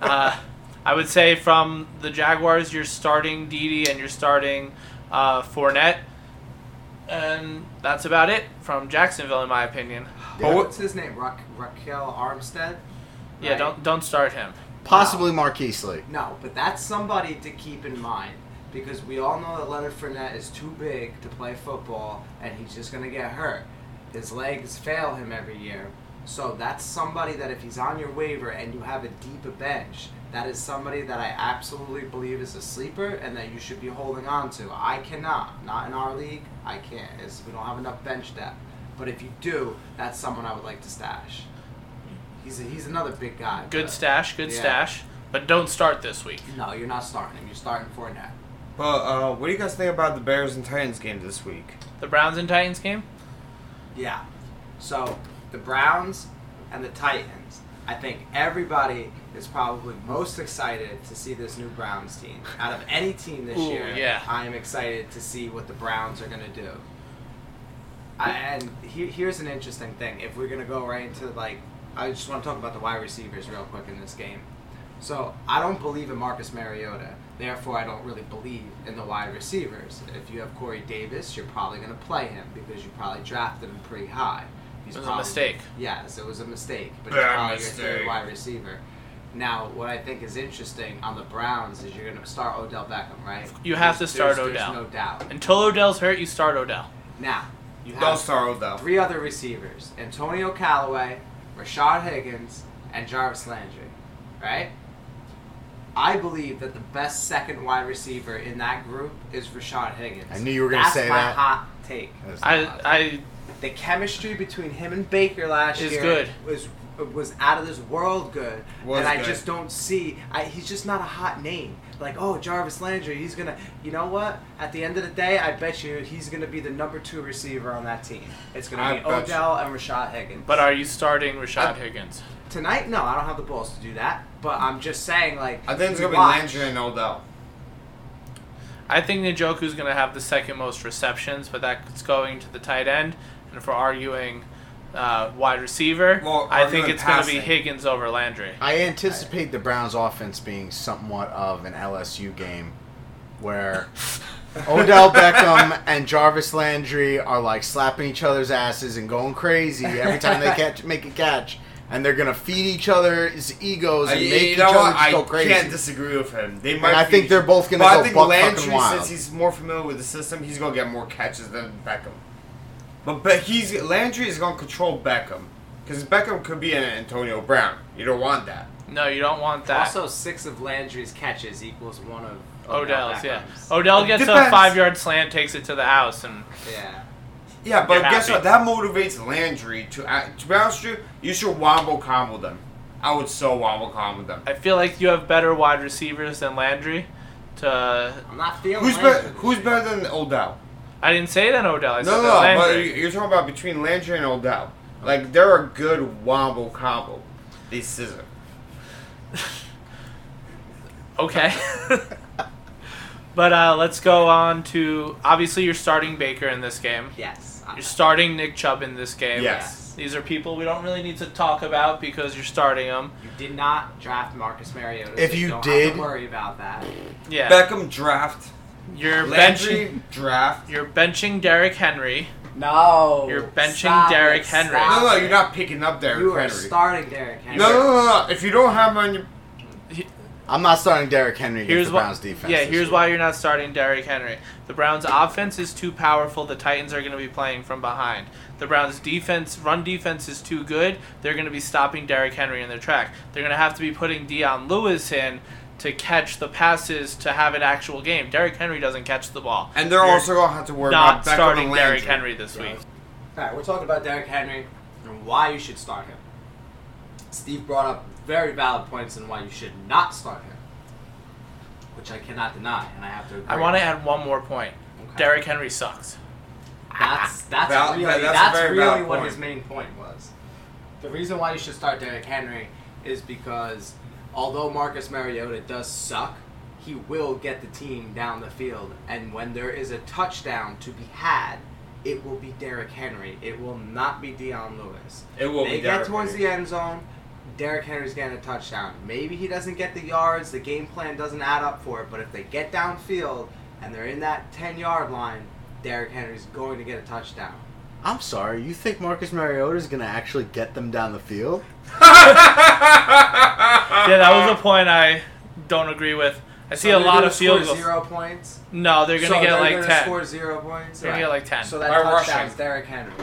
Speaker 3: uh, I would say from the Jaguars, you're starting Didi and you're starting uh, Fournette, and that's about it from Jacksonville, in my opinion.
Speaker 4: Yeah.
Speaker 2: What's his name? Ra- Raquel Armstead.
Speaker 3: Yeah,
Speaker 2: Right?
Speaker 3: don't don't start him.
Speaker 4: Possibly Marquise Lee.
Speaker 2: No, but that's somebody to keep in mind because we all know that Leonard Fournette is too big to play football and he's just going to get hurt. His legs fail him every year. So that's somebody that if he's on your waiver and you have a deeper bench, that is somebody that I absolutely believe is a sleeper and that you should be holding on to. I cannot, not in our league, I can't. It's, we don't have enough bench depth. But if you do, that's someone I would like to stash. He's, a, he's another big guy.
Speaker 3: Good
Speaker 2: but-
Speaker 3: stash, good
Speaker 2: Yeah.
Speaker 3: stash, but don't start this week.
Speaker 2: no, you're not starting him. You're starting Fournette.
Speaker 6: But uh, what do you guys think about the Bears and Titans game this week?
Speaker 3: The Browns and Titans game.
Speaker 2: Yeah. So the Browns and the Titans. I think everybody is probably most excited to see this new Browns team. Out of any team this
Speaker 3: Ooh,
Speaker 2: year,
Speaker 3: yeah.
Speaker 2: I am excited to see what the Browns are going to do. I, and he, here's an interesting thing. If we're going to go right into like, I just want to talk about the wide receivers real quick in this game. So I don't believe in Marcus Mariota. Therefore, I don't really believe in the wide receivers. If you have Corey Davis, you're probably going to play him because you probably drafted him pretty high. He's
Speaker 3: It was a
Speaker 2: probably-
Speaker 3: mistake.
Speaker 2: Yes, it was a mistake, but he's
Speaker 6: Bad
Speaker 2: probably your third
Speaker 6: mistake.
Speaker 2: wide receiver. Now, what I think is interesting on the Browns is you're going to start Odell Beckham, right?
Speaker 3: You have
Speaker 2: There's-
Speaker 3: to start
Speaker 2: there's-
Speaker 3: Odell.
Speaker 2: There's no doubt.
Speaker 3: Until Odell's hurt, you start Odell.
Speaker 2: Now, you have
Speaker 6: Don't start Odell.
Speaker 2: three other receivers Antonio Callaway, Rashad Higgins, and Jarvis Landry. Right? I believe that the best second wide receiver in that group is Rashad Higgins.
Speaker 4: I knew you were gonna
Speaker 2: That's
Speaker 4: say
Speaker 2: my
Speaker 4: that.
Speaker 2: hot take.
Speaker 4: That's
Speaker 3: I
Speaker 4: not-
Speaker 3: I
Speaker 2: The chemistry between him and Baker last
Speaker 3: Is
Speaker 2: year
Speaker 3: good.
Speaker 2: was was out of this world good,
Speaker 6: Was
Speaker 2: and I
Speaker 6: good.
Speaker 2: just don't see. I, he's just not a hot name. Like oh Jarvis Landry, he's gonna. You know what? At the end of the day, I bet you he's gonna be the number two receiver on that team. It's gonna
Speaker 6: I
Speaker 2: be
Speaker 6: bet you.
Speaker 2: Odell and Rashad Higgins.
Speaker 3: but are you starting Rashad
Speaker 6: I-
Speaker 3: Higgins?
Speaker 2: tonight, no, I don't have the balls to do that. But I'm just saying, like
Speaker 6: I think it's
Speaker 2: we
Speaker 6: gonna be
Speaker 2: watch.
Speaker 6: Landry and Odell.
Speaker 3: I think Njoku's going to have the second most receptions, but that's going to the tight end. And for arguing uh, wide receiver,
Speaker 6: Well,
Speaker 3: I think
Speaker 6: arguing
Speaker 3: it's going to be
Speaker 6: passing.
Speaker 3: Higgins over Landry.
Speaker 4: I anticipate the Browns offense being somewhat of an LSU game where Odell Beckham and Jarvis Landry are like slapping each other's asses and going crazy every time they catch make a catch and they're gonna feed each other's egos
Speaker 6: I,
Speaker 4: and make
Speaker 6: Uh, you
Speaker 4: each
Speaker 6: know
Speaker 4: other
Speaker 6: what?
Speaker 4: just go
Speaker 6: I
Speaker 4: crazy.
Speaker 6: can't disagree with him. They might.
Speaker 4: I
Speaker 6: be-
Speaker 4: think they're both gonna
Speaker 6: but
Speaker 4: go
Speaker 6: I think
Speaker 4: buck fucking
Speaker 6: Landry,
Speaker 4: wild.
Speaker 6: since he's more familiar with the system, he's gonna get more catches than Beckham. But but he's Landry is gonna control Beckham because Beckham could be an Antonio Brown. You don't want that.
Speaker 3: No, you don't want that.
Speaker 2: Also, six of Landry's catches equals one of Odell
Speaker 3: Odell's, yeah. Oh.
Speaker 2: Beckham's.
Speaker 3: Odell gets a
Speaker 6: Depends.
Speaker 3: five yard slant, takes it to the house, and
Speaker 2: Yeah.
Speaker 6: Yeah, but
Speaker 3: You're
Speaker 6: guess
Speaker 3: happy.
Speaker 6: what? That motivates Landry to act. To be honest with you, you should wombo combo them. I would so wombo combo them.
Speaker 3: I feel like you have better wide receivers than Landry. To
Speaker 2: I'm not feeling
Speaker 6: Who's
Speaker 2: Landry
Speaker 6: better?
Speaker 2: this
Speaker 6: Who's
Speaker 2: year.
Speaker 6: better than Odell?
Speaker 3: I didn't say that Odell. I said
Speaker 6: No, no,
Speaker 3: that
Speaker 6: no. But
Speaker 3: Landry.
Speaker 6: you're talking about between Landry and Odell. Like they're a good wombo combo. They scissor.
Speaker 3: Okay. *laughs* but uh, let's go on to obviously you're starting Baker in this game.
Speaker 2: Yes. I-
Speaker 3: You're starting Nick Chubb in this game.
Speaker 6: Yes.
Speaker 3: These are people we don't really need to talk about because you're starting them.
Speaker 2: You did not draft Marcus Mariota. so
Speaker 4: If you
Speaker 2: don't have
Speaker 4: did-
Speaker 2: to worry about that.
Speaker 3: Yeah.
Speaker 6: Beckham draft.
Speaker 3: you're benching.
Speaker 6: Landry draft.
Speaker 3: You're benching Derrick Henry.
Speaker 2: No.
Speaker 3: You're benching Derrick Henry.
Speaker 6: No, no, you're not picking up Derrick
Speaker 2: You are
Speaker 6: Henry.
Speaker 2: starting Derrick Henry.
Speaker 6: no, no, no, no. If you don't have him on your
Speaker 4: I'm not starting Derrick Henry against
Speaker 3: Here's
Speaker 4: the
Speaker 3: why.
Speaker 4: Browns defense.
Speaker 3: Yeah.
Speaker 4: this
Speaker 3: Here's
Speaker 4: year.
Speaker 3: why you're not starting Derrick Henry. The Browns' offense is too powerful. The Titans are going to be playing from behind. The Browns' defense, run defense, is too good. They're going to be stopping Derrick Henry in their track. They're going to have to be putting Dion Lewis in to catch the passes to have an actual game. Derrick Henry doesn't catch the ball.
Speaker 6: and they're
Speaker 3: You're
Speaker 6: also gonna have to worry
Speaker 3: not
Speaker 6: about Beckham
Speaker 3: starting
Speaker 6: and
Speaker 3: Derrick
Speaker 6: Landry.
Speaker 3: Henry this
Speaker 6: Yeah.
Speaker 3: week.
Speaker 2: All right, we're talking about Derrick Henry and why you should start him. Steve brought up very valid points on why you should not start him. which I cannot deny, and I have to. Agree.
Speaker 3: I want to add one more point.
Speaker 2: Okay.
Speaker 3: Derrick Henry sucks.
Speaker 2: That's that's
Speaker 6: Val-
Speaker 2: really
Speaker 6: that- that's a
Speaker 2: that's,
Speaker 6: very
Speaker 2: really
Speaker 6: valid
Speaker 2: what
Speaker 6: point.
Speaker 2: his main point was. The reason why you should start Derrick Henry is because although Marcus Mariota does suck, he will get the team down the field, and when there is a touchdown to be had, it will be Derrick Henry. It will not be Deion Lewis.
Speaker 6: It will
Speaker 2: they
Speaker 6: be
Speaker 2: get
Speaker 6: Derrick
Speaker 2: towards
Speaker 6: Henry.
Speaker 2: the end zone. Derrick Henry's getting a touchdown. Maybe he doesn't get the yards. The game plan doesn't add up for it. But if they get downfield and they're in that ten yard line, Derrick Henry's going to get a touchdown.
Speaker 4: I'm sorry. You think Marcus Mariota is gonna actually get them down the field? *laughs*
Speaker 3: yeah, that was a point I don't agree with. I see a
Speaker 2: they're
Speaker 3: lot
Speaker 2: gonna
Speaker 3: of field
Speaker 2: score
Speaker 3: goals.
Speaker 2: Zero points.
Speaker 3: No, they're gonna
Speaker 2: So
Speaker 3: get
Speaker 2: they're
Speaker 3: like
Speaker 2: gonna
Speaker 3: ten.
Speaker 2: Score zero points.
Speaker 3: They're gonna get like ten.
Speaker 2: So that
Speaker 6: By
Speaker 2: touchdown's
Speaker 6: rushing.
Speaker 2: Derrick Henry's.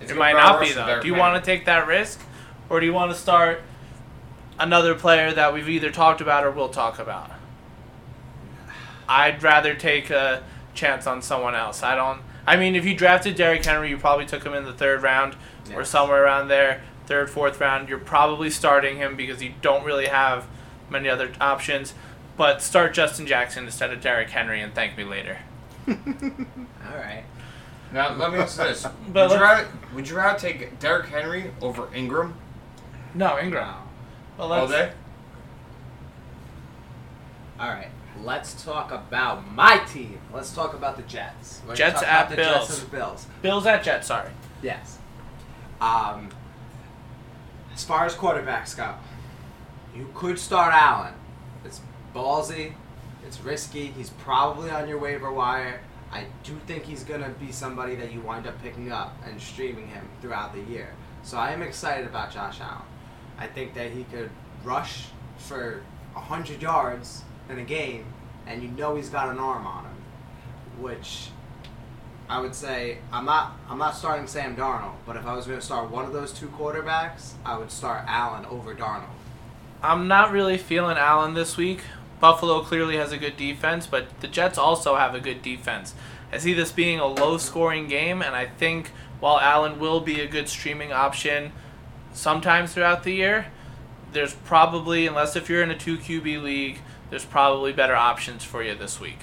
Speaker 6: It's
Speaker 3: it
Speaker 6: good
Speaker 3: might
Speaker 6: for
Speaker 3: not
Speaker 6: our
Speaker 3: be
Speaker 6: rush
Speaker 3: though.
Speaker 6: there,
Speaker 3: Do you
Speaker 6: man.
Speaker 3: want to take that risk, or do you want to start another player that we've either talked about or will talk about? I'd rather take a chance on someone else. I don't. I mean, if you drafted Derrick Henry, you probably took him in the third round or
Speaker 2: Yes.
Speaker 3: somewhere around there, third, fourth round. You're probably starting him because you don't really have many other options. But start Justin Jackson instead of Derrick Henry and thank me later.
Speaker 2: All right.
Speaker 6: Now let me ask you this:
Speaker 3: *laughs* But
Speaker 6: would, you
Speaker 3: let's-
Speaker 6: rather, would you rather take Derrick Henry over Ingram
Speaker 3: No, Ingram. Well,
Speaker 6: all
Speaker 3: let's-
Speaker 6: day?
Speaker 2: All right. Let's talk about my team. Let's talk about the Jets. We're gonna
Speaker 3: Jets
Speaker 2: talk
Speaker 3: at
Speaker 2: about the Jets
Speaker 3: Bills.
Speaker 2: and the Bills.
Speaker 3: Bills at Jets. Sorry.
Speaker 2: Yes. Um, as far as quarterbacks go, you could start Allen. It's ballsy. It's risky. He's probably on your waiver wire. I do think he's going to be somebody that you wind up picking up and streaming him throughout the year. So I am excited about Josh Allen. I think that he could rush for 100 yards in a game, and you know he's got an arm on him, which I would say I'm not I'm not starting Sam Darnold, but if I was going to start one of those two quarterbacks, I would start Allen over Darnold.
Speaker 3: I'm not really feeling Allen this week. Buffalo clearly has a good defense, but the Jets also have a good defense. I see this being a low scoring game, and I think while Allen will be a good streaming option sometimes throughout the year, there's probably, unless if you're in a 2 QB league, there's probably better options for you this week.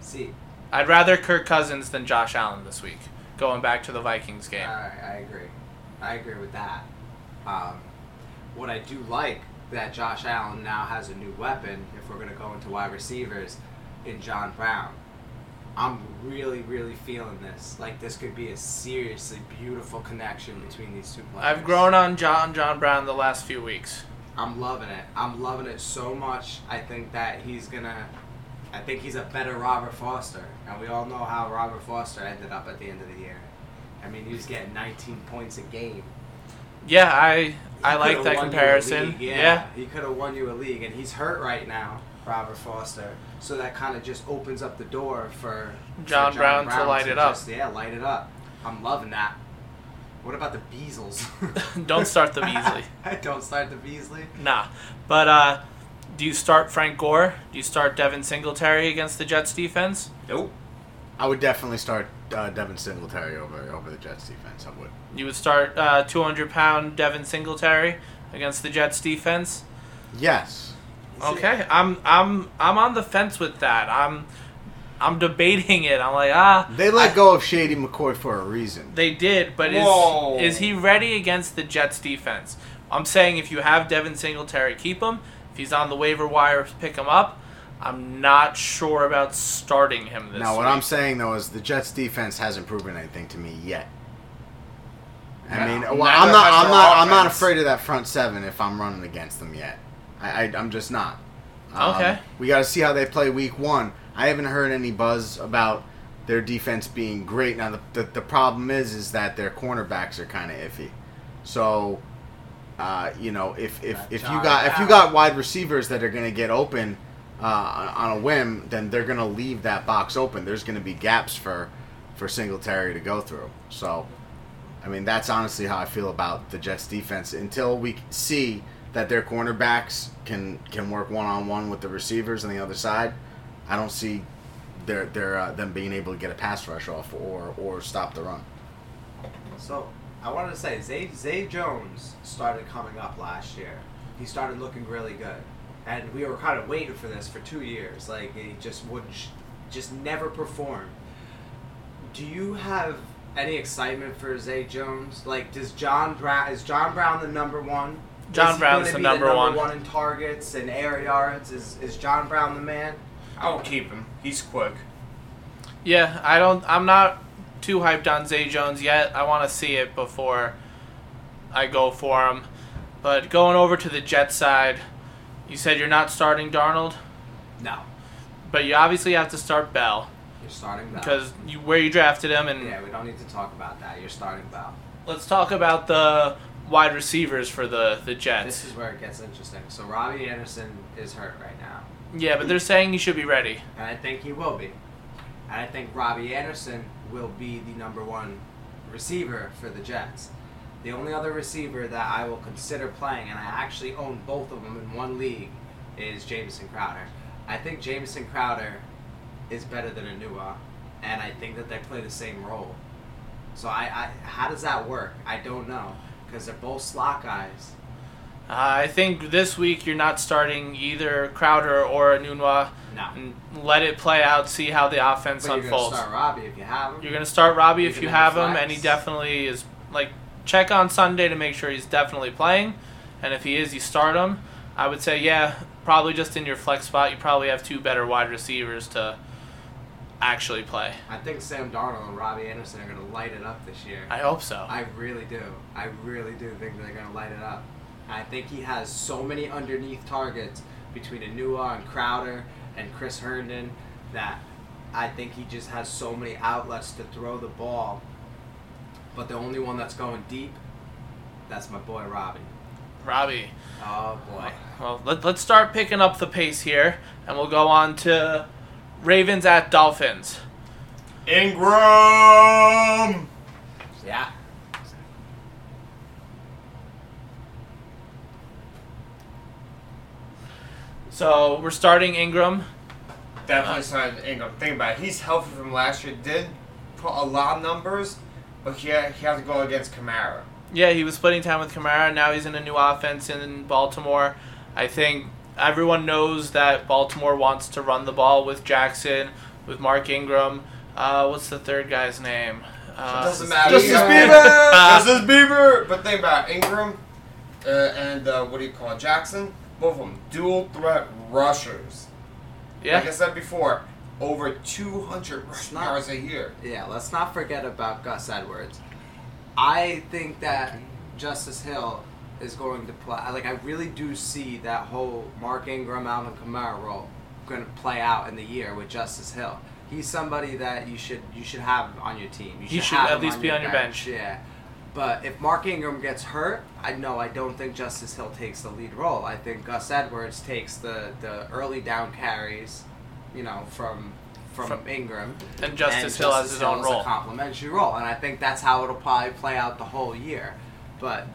Speaker 2: See,
Speaker 3: I'd rather Kirk Cousins than Josh Allen this week, going back to the Vikings game.
Speaker 2: I, I agree. I agree with that. Um, what I do like that Josh Allen now has a new weapon. If we're going to go into wide receivers, in John Brown, I'm really really feeling this. Like this could be a seriously beautiful connection between these two players.
Speaker 3: I've grown on John John Brown the last few weeks.
Speaker 2: I'm loving it. I'm loving it so much. I think that he's gonna. I think he's a better Robert Foster, and we all know how Robert Foster ended up at the end of the year. I mean, he was getting 19 points a game.
Speaker 3: Yeah, I I
Speaker 2: He
Speaker 3: like
Speaker 2: could've won
Speaker 3: that
Speaker 2: you a
Speaker 3: comparison.
Speaker 2: league,
Speaker 3: yeah.
Speaker 2: he could have won you a league, and he's hurt right now, Robert Foster. So that kind of just opens up the door for for
Speaker 3: John Brown to light it up.
Speaker 2: just- Yeah, light it up. I'm loving that. What about the Beasles?
Speaker 3: Don't start *laughs* the
Speaker 2: *laughs*
Speaker 3: Beasley.
Speaker 2: Don't start the Beasley.
Speaker 3: Nah. But uh, do you start Frank Gore? Do you start Devin Singletary against the Jets defense?
Speaker 6: Nope.
Speaker 4: I would definitely start uh, Devin Singletary over over the Jets defense. I would.
Speaker 3: You would start uh, 200 pound Devin Singletary against the Jets defense?
Speaker 4: Yes.
Speaker 3: Okay. I'm I'm I'm on the fence with that. I'm I'm debating it. I'm like, ah,
Speaker 4: They let go of Shady McCoy for a reason.
Speaker 3: They did, but
Speaker 6: Whoa.
Speaker 3: is is he ready against the Jets defense? I'm saying if you have Devin Singletary, keep him. If he's on the waiver wire, pick him up. I'm not sure about starting him this
Speaker 4: Now, what
Speaker 3: week.
Speaker 4: I'm saying though is the Jets defense hasn't proven anything to me yet.
Speaker 6: No,
Speaker 4: I mean, well,
Speaker 6: neither
Speaker 4: I'm not,
Speaker 6: has
Speaker 4: I'm
Speaker 6: their
Speaker 4: not, I'm not
Speaker 6: offense.
Speaker 4: afraid of that front seven if I'm running against them yet. I, I I'm just not. Um,
Speaker 3: Okay.
Speaker 4: We got to see how they play week one. I haven't heard any buzz about their defense being great. Now, the the, the problem is is that their cornerbacks are kind of iffy. So, uh, you know, if if, if you got if you got wide receivers that are going to get open uh, on on a whim, then they're going to leave that box open. There's going to be gaps for for Singletary to go through. So, I mean, that's honestly how I feel about the Jets defense until we see that their cornerbacks can can work one on one with the receivers on the other side. I don't see their their uh, them being able to get a pass rush off or or stop the run.
Speaker 2: So I wanted to say Zay, Zay Jones started coming up last year. He started looking really good. and we were kind of waiting for this for two years. Like he just would, sh- just never perform. Do you have any excitement for Zay Jones? Like, does John Brown is John Brown the number one?
Speaker 3: John
Speaker 2: he
Speaker 3: Brown's
Speaker 2: gonna
Speaker 3: the
Speaker 2: be
Speaker 3: number one.
Speaker 2: in targets and air yards. Is is John Brown the man?
Speaker 6: I'll keep him. He's quick.
Speaker 3: Yeah, I don't. I'm not too hyped on Zay Jones yet. I want to see it before I go for him. But going over to the Jets side, you said you're not starting Darnold,
Speaker 2: No,
Speaker 3: but you obviously have to start Bell
Speaker 2: you're starting Bell.
Speaker 3: because you where you drafted him. And
Speaker 2: yeah, we don't need to talk about that. You're starting Bell.
Speaker 3: let's talk about the wide receivers for the the
Speaker 2: This
Speaker 3: Jets.
Speaker 2: is where it gets interesting. So Robbie Anderson is hurt right now.
Speaker 3: Yeah, but they're saying he should be ready.
Speaker 2: and I think he will be. And I think Robbie Anderson will be the number one receiver for the Jets. The only other receiver that I will consider playing, and I actually own both of them in one league, is Jameson Crowder. I think Jameson Crowder is better than Anua, and I think that they play the same role. So I, I how does that work? I don't know because they're both slot guys.
Speaker 3: Uh, I think this week you're not starting either Crowder or Anunwa.
Speaker 2: No.
Speaker 3: And let it play out, see how the offense
Speaker 2: But you're gonna
Speaker 3: unfolds.
Speaker 2: start Robbie if you have him.
Speaker 3: You're gonna start Robbie
Speaker 2: You're
Speaker 3: if you
Speaker 2: gonna
Speaker 3: have
Speaker 2: have
Speaker 3: him, and he
Speaker 2: flex.
Speaker 3: definitely is. Like, check on Sunday to make sure he's definitely playing, and if he is, you start him. I would say, yeah, probably just in your flex spot. You probably have two better wide receivers to actually play.
Speaker 2: I think Sam Darnold and Robbie Anderson are going to light it up this year.
Speaker 3: I hope so.
Speaker 2: I really do. I really do think they're going to light it up. I think he has so many underneath targets between Anua and Crowder and Chris Herndon that I think he just has so many outlets to throw the ball. But the only one that's going deep, that's my boy Robbie.
Speaker 3: Robbie.
Speaker 2: Oh boy.
Speaker 3: Well, let, let's start picking up the pace here, and we'll go on to Ravens at Dolphins.
Speaker 6: Ingram.
Speaker 2: Yeah.
Speaker 3: So we're starting Ingram.
Speaker 6: Definitely signed Ingram. Think about it. He's healthy from last year. Did put a lot of numbers, but he had, he had to go against Kamara.
Speaker 3: Yeah, he was splitting time with Kamara. Now he's in a new offense in Baltimore. I think everyone knows that Baltimore wants to run the ball with Jackson, with Mark Ingram. Uh, what's the third guy's name? Uh,
Speaker 6: Doesn't matter.
Speaker 4: Justice
Speaker 6: You know,
Speaker 4: Bieber!
Speaker 3: Ah.
Speaker 6: Justice Bieber. But think about it. Ingram uh, and uh, what do you call it? Jackson. Both of them dual threat rushers. Like I
Speaker 3: Yeah,
Speaker 6: said before, over 200
Speaker 2: It's
Speaker 6: rushing
Speaker 2: not-
Speaker 6: yards a year.
Speaker 2: Yeah, let's not forget about Gus Edwards. I think that Justice Hill is going to play. Like, I really do see that whole Mark Ingram, Alvin Kamara role going to play out in the year with Justice Hill. He's somebody that you should you should have on your team. You should,
Speaker 3: He should
Speaker 2: have
Speaker 3: at
Speaker 2: him
Speaker 3: least be on your bench.
Speaker 2: Yeah, but if Mark Ingram gets hurt, I know I don't think Justice Hill takes the lead role. I think Gus Edwards takes the the early down carries, you know, from from,
Speaker 3: From-
Speaker 2: Ingram
Speaker 3: and Justice Hill has his own
Speaker 2: is
Speaker 3: role.
Speaker 2: A complimentary role, and I think that's how it'll probably play out the whole year. But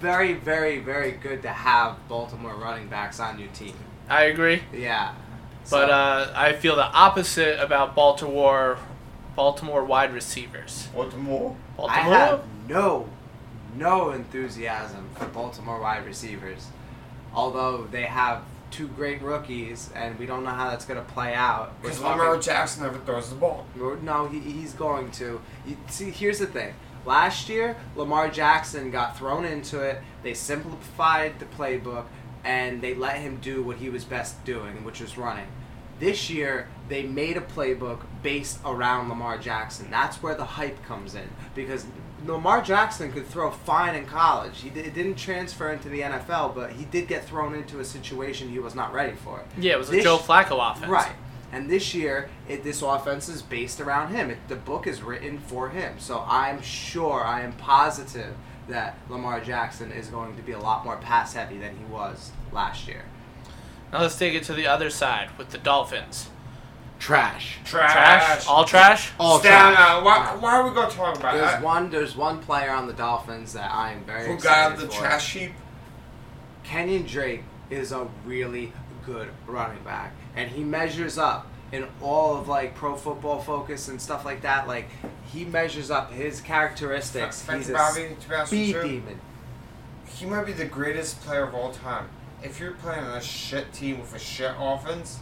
Speaker 2: very, very, very good to have Baltimore running backs on your team.
Speaker 3: I agree.
Speaker 2: Yeah.
Speaker 3: But uh, I feel the opposite about Baltimore, Baltimore wide receivers.
Speaker 6: Baltimore.
Speaker 3: Baltimore.
Speaker 2: I have no, no enthusiasm for Baltimore wide receivers. Although they have two great rookies, and we don't know how that's going to play out. We're
Speaker 6: Because
Speaker 2: talking-
Speaker 6: Lamar Jackson never throws the ball.
Speaker 2: Or- No, he, he's going to. You, see, here's the thing. Last year, Lamar Jackson got thrown into it. They simplified the playbook and they let him do what he was best doing, which was running. This year, they made a playbook based around Lamar Jackson. That's where the hype comes in because Lamar Jackson could throw fine in college. He did, it didn't transfer into the NFL, but he did get thrown into a situation he was not ready for.
Speaker 3: Yeah, it was a
Speaker 2: This-
Speaker 3: Joe Flacco offense.
Speaker 2: Right. And this year, it, this offense is based around him. It, the book is written for him. So I'm sure, I am positive that Lamar Jackson is going to be a lot more pass heavy than he was last year.
Speaker 3: Now let's take it to the other side with the Dolphins.
Speaker 4: Trash.
Speaker 6: Trash.
Speaker 3: Trash. All trash.
Speaker 4: All
Speaker 6: Stand
Speaker 4: trash.
Speaker 6: out. Why, why are we going to talk about
Speaker 2: There's
Speaker 6: that?
Speaker 2: one. There's one player on the Dolphins that I am very.
Speaker 6: Who
Speaker 2: excited
Speaker 6: got out the
Speaker 2: for.
Speaker 6: trash heap?
Speaker 2: Kenyon Drake is a really good running back, and he measures up in all of like Pro Football Focus and stuff like that. Like he measures up his characteristics.
Speaker 6: Thanks,
Speaker 2: He's a
Speaker 6: Bobby. To be honest with
Speaker 2: speed
Speaker 6: you,
Speaker 2: demon.
Speaker 6: he might be the greatest player of all time. if you're playing on a shit team with a shit offense,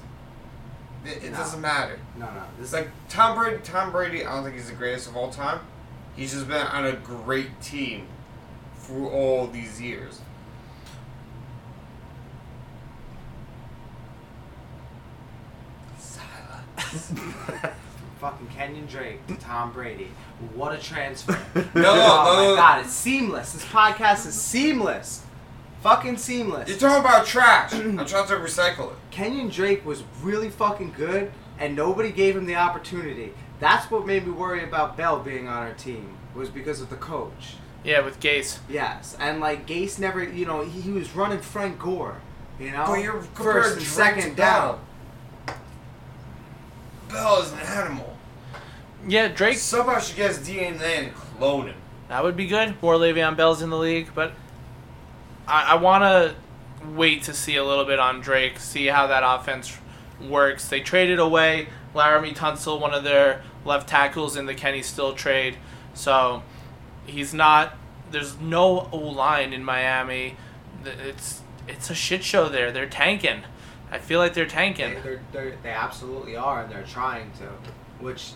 Speaker 6: it, it
Speaker 2: No.
Speaker 6: doesn't matter.
Speaker 2: No, no. This
Speaker 6: It's like Tom Brady. Tom Brady. I don't think he's the greatest of all time. He's just been on a great team through all these years.
Speaker 2: fucking Kenyon Drake to Tom Brady. What a
Speaker 6: *laughs*
Speaker 2: transfer.
Speaker 6: No,
Speaker 2: oh
Speaker 6: no, no.
Speaker 2: my god, it's seamless. This podcast is seamless. Fucking seamless.
Speaker 6: You're talking
Speaker 2: *clears throat*
Speaker 6: about trash. I'm trying to recycle it.
Speaker 2: Kenyon Drake was really fucking good, and nobody gave him the opportunity. That's what made me worry about Bell being on our team, was because of the coach.
Speaker 3: Yeah, with Gase.
Speaker 2: Yes, and like Gase never, you know, he, he was running Frank Gore, you know,
Speaker 6: But you're comparing
Speaker 2: first and
Speaker 6: Drake to
Speaker 2: second
Speaker 6: Bell.
Speaker 2: down.
Speaker 6: Bell is an animal.
Speaker 3: Yeah, Drake.
Speaker 6: Somebody should get his DNA and clone him.
Speaker 3: That would be good. More Le'Veon Bell's in the league, but I, I want to wait to see a little bit on Drake, see how that offense works. They traded away Laramie Tunsil, one of their left tackles in the Kenny Still trade, so he's not. There's no O line in Miami. Th- It's it's a shit show there. They're tanking. I feel like they're tanking.
Speaker 2: They, they're, they're, they absolutely are, and they're trying to, which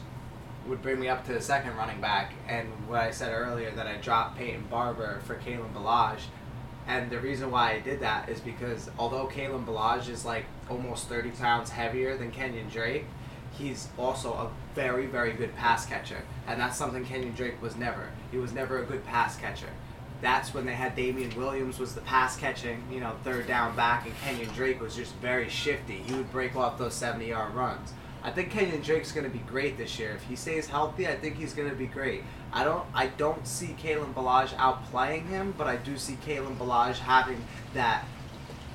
Speaker 2: would bring me up to the second running back, and what I said earlier that I dropped Peyton Barber for Kalen Balaj, and the reason why I did that is because although Kalen Balaj is like almost thirty pounds heavier than Kenyon Drake, he's also a very very good pass catcher, and that's something Kenyon Drake was never. He was never a good pass catcher. That's when they had Damian Williams was the pass catching, you know, third down back, and Kenyon Drake was just very shifty. He would break off those seventy yard runs. I think Kenyon Drake's going to be great this year. If he stays healthy, I think he's going to be great. I don't I don't see Kalen Balaj outplaying him, but I do see Kalen Balaj having that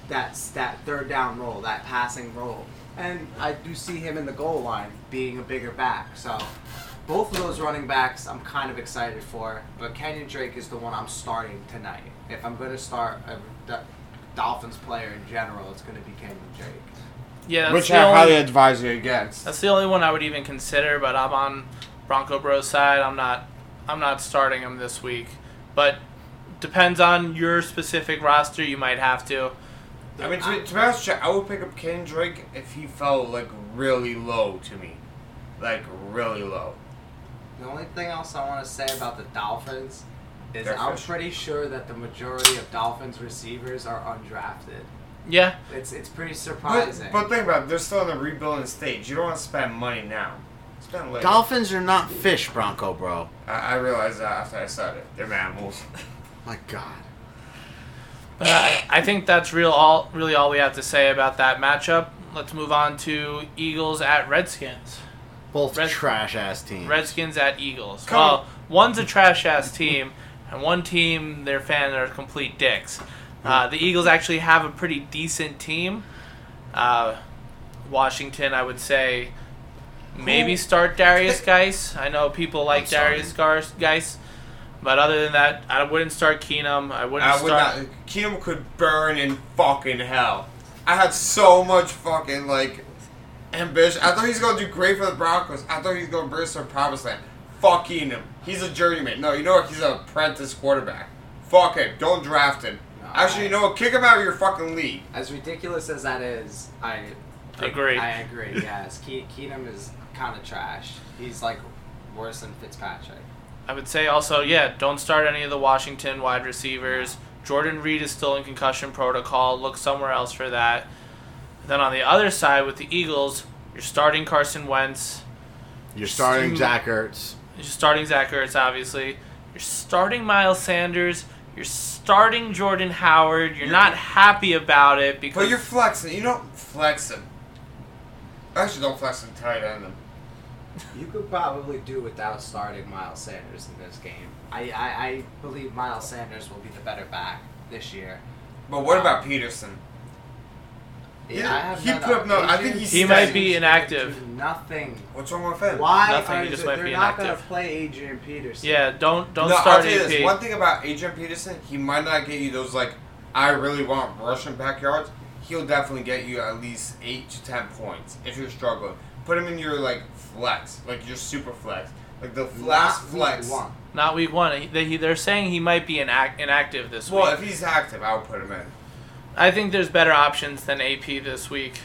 Speaker 2: that that third down role, that passing role. And I do see him in the goal line being a bigger back. So both of those running backs I'm kind of excited for, but Kenyon Drake is the one I'm starting tonight. If I'm going to start a Do- Dolphins player in general, it's going to be Kenyon Drake.
Speaker 3: Yeah, that's
Speaker 4: Which
Speaker 3: the
Speaker 4: I highly
Speaker 3: only-
Speaker 4: advise you against.
Speaker 3: That's the only one I would even consider, but I'm on Bronco Bro's side. I'm not I'm not starting him this week. But depends on your specific roster, you might have to.
Speaker 6: I mean, to, to be honest, with you, I would pick up Kendrick if he fell like really low to me, like really low.
Speaker 2: The only thing else I want to say about the Dolphins is
Speaker 6: They're
Speaker 2: I'm
Speaker 6: fish.
Speaker 2: pretty sure that the majority of Dolphins receivers are undrafted.
Speaker 3: Yeah.
Speaker 2: It's it's pretty
Speaker 6: But,
Speaker 2: surprising.
Speaker 6: but think about it, they're still in the rebuilding stage. You don't want to spend money now. Spend later.
Speaker 4: Dolphins are not fish, Bronco, bro.
Speaker 6: I, I realized that after I said it. They're mammals.
Speaker 4: My God.
Speaker 3: But I, I think that's real all really all we have to say about that matchup. Let's move on to Eagles at Redskins.
Speaker 4: Both
Speaker 3: Red-
Speaker 4: trash ass teams.
Speaker 3: Redskins at Eagles.
Speaker 6: Come
Speaker 3: well,
Speaker 6: on.
Speaker 3: one's a trash ass team, and one team their fans are complete dicks. Uh,
Speaker 6: Hmm.
Speaker 3: the Eagles actually have a pretty decent team. Uh, Washington, I would say, maybe start
Speaker 6: *laughs*
Speaker 3: Darius Geis. I know people like Darius Gar- Geis, but other than that, I wouldn't start Keenum. I wouldn't
Speaker 6: I would
Speaker 3: start.
Speaker 6: not. Keenum could burn in fucking hell. I had so much fucking like ambition. I thought he's gonna do great for the Broncos. I thought he's gonna burst some promised land. Fuck Keenum. He's a journeyman. No, you know what? He's an apprentice quarterback. Fuck him. Don't draft him. Actually, you know what? Kick him out of your fucking league.
Speaker 2: as ridiculous as that is, I
Speaker 3: Agree.
Speaker 2: I agree. Yes, Ke- Keenum is kind of trash. He's like worse than Fitzpatrick.
Speaker 3: I would say also, yeah, don't start any of the Washington wide receivers. Jordan Reed is still in concussion protocol. Look somewhere else for that. Then on the other side with the Eagles, you're starting Carson Wentz.
Speaker 4: You're starting
Speaker 3: Stu-
Speaker 4: Zach Ertz.
Speaker 3: You're starting Zach Ertz, obviously. You're starting Miles Sanders. You're starting Jordan Howard. You're,
Speaker 6: You're-
Speaker 3: not happy about it because
Speaker 6: But you're flexing. You don't flex him. Actually, don't flex him tight end him.
Speaker 2: You could probably do without starting Miles Sanders in this game. I, I, I believe Miles Sanders will be the better back this year.
Speaker 6: But what about Peterson? Yeah, he
Speaker 2: none
Speaker 6: put up no- I think
Speaker 2: Agents
Speaker 3: he might be inactive.
Speaker 2: do Nothing.
Speaker 6: What's wrong with him?
Speaker 2: Why
Speaker 3: Nothing,
Speaker 2: are
Speaker 3: he just
Speaker 2: they,
Speaker 3: might
Speaker 2: they're
Speaker 3: be
Speaker 2: not going to
Speaker 3: inactive.
Speaker 2: play Adrian Peterson?
Speaker 3: Yeah, don't don't
Speaker 6: no, I'll
Speaker 3: start E
Speaker 6: tell you this.
Speaker 3: AP.
Speaker 6: One thing about Adrian Peterson, he might not get you those like I really want Russian backyards. He'll definitely get you at least eight to ten points if you're struggling. Put him in your like flex, like your super flex, like the last
Speaker 2: Not week
Speaker 6: flex.
Speaker 2: one.
Speaker 3: Not week one. He- They, he- they're saying he might be inac- inactive this
Speaker 6: Well,
Speaker 3: week.
Speaker 6: if he's active, I'll put him in.
Speaker 3: I think there's better options than AP this week.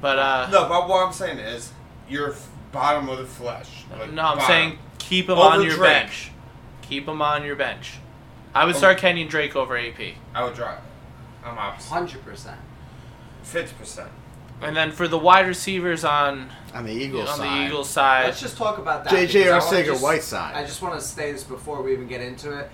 Speaker 3: But uh,
Speaker 6: No, but what I'm saying is, you're f- bottom of the flesh. Like,
Speaker 3: No, I'm
Speaker 6: bottom.
Speaker 3: saying keep him
Speaker 6: Over
Speaker 3: on your
Speaker 6: Drake.
Speaker 3: bench. Keep him on your bench. I would start Kenyon Drake over AP.
Speaker 6: I would drive. I'm opposite.
Speaker 2: Hundred percent.
Speaker 6: Fifty percent.
Speaker 3: And then for the wide receivers on
Speaker 4: On the Eagles
Speaker 3: on
Speaker 4: side.
Speaker 3: the Eagles side,
Speaker 2: Let's just talk about that.
Speaker 4: J.J.
Speaker 2: because I wanna
Speaker 4: Arcega
Speaker 2: just-
Speaker 4: Whiteside.
Speaker 2: I just want to say this before we even get into it.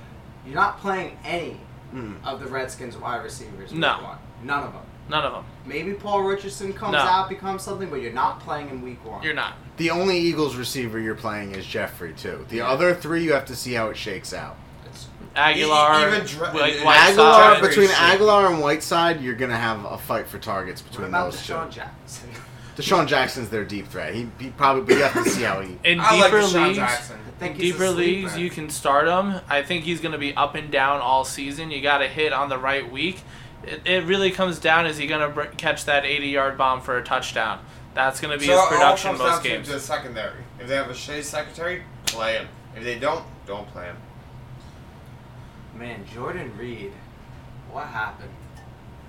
Speaker 2: You're not playing any
Speaker 4: Mm.
Speaker 2: of the Redskins wide receivers. week
Speaker 3: No.
Speaker 2: one. None of them.
Speaker 3: none of them.
Speaker 2: Maybe Paul Richardson comes
Speaker 3: No.
Speaker 2: out, becomes something, but you're not playing in week one.
Speaker 3: You're not.
Speaker 6: E-
Speaker 4: The only Eagles receiver you're playing is Jeffrey too. The other three you have to see how it shakes out.
Speaker 2: It's-
Speaker 3: Aguilar,
Speaker 6: e- even Dra-
Speaker 3: White-
Speaker 6: Aguilar,
Speaker 3: Whiteside.
Speaker 4: Aguilar between
Speaker 6: shaky.
Speaker 4: Aguilar and Whiteside, you're gonna have a fight for targets
Speaker 2: what
Speaker 4: between
Speaker 2: about
Speaker 4: those two.
Speaker 2: Deshaun Jackson? *laughs*
Speaker 4: Deshaun Jackson's their deep threat. He, he probably but you have to see
Speaker 3: *laughs*
Speaker 4: how he.
Speaker 3: in
Speaker 6: I like
Speaker 3: deeper
Speaker 6: Deshaun
Speaker 3: leagues,
Speaker 6: Jackson.
Speaker 2: I think he's a
Speaker 3: deeper leagues,
Speaker 2: sleeper.
Speaker 3: you can start him. I think he's going to be up and down all season. You got to hit on the right week. It, it really comes down is he going to br- catch that 80-yard bomb for a touchdown. That's going to be
Speaker 6: So it
Speaker 3: his
Speaker 6: all
Speaker 3: production
Speaker 6: comes
Speaker 3: most
Speaker 6: down
Speaker 3: games.
Speaker 6: To the secondary. If they have a shady secretary, play him. If they don't, don't play him.
Speaker 2: Man, Jordan Reed, what happened?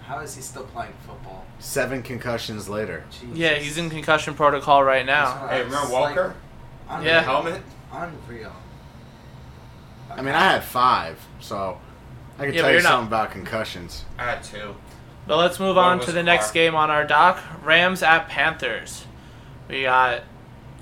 Speaker 2: How is he still playing football?
Speaker 4: Seven concussions later.
Speaker 2: Jesus.
Speaker 3: Yeah, he's in concussion protocol right now.
Speaker 6: Hey, remember
Speaker 2: It's
Speaker 6: Walker?
Speaker 2: like unreal.
Speaker 3: Yeah.
Speaker 6: Helmet?
Speaker 2: Unreal.
Speaker 4: I mean, I had five, so I can
Speaker 3: Yeah, but
Speaker 4: tell you
Speaker 3: you're not-
Speaker 4: something about concussions.
Speaker 6: I had two.
Speaker 3: But let's move
Speaker 6: One
Speaker 3: on
Speaker 6: was
Speaker 3: to the
Speaker 6: a
Speaker 3: next
Speaker 6: car.
Speaker 3: game on our dock Rams at Panthers. We got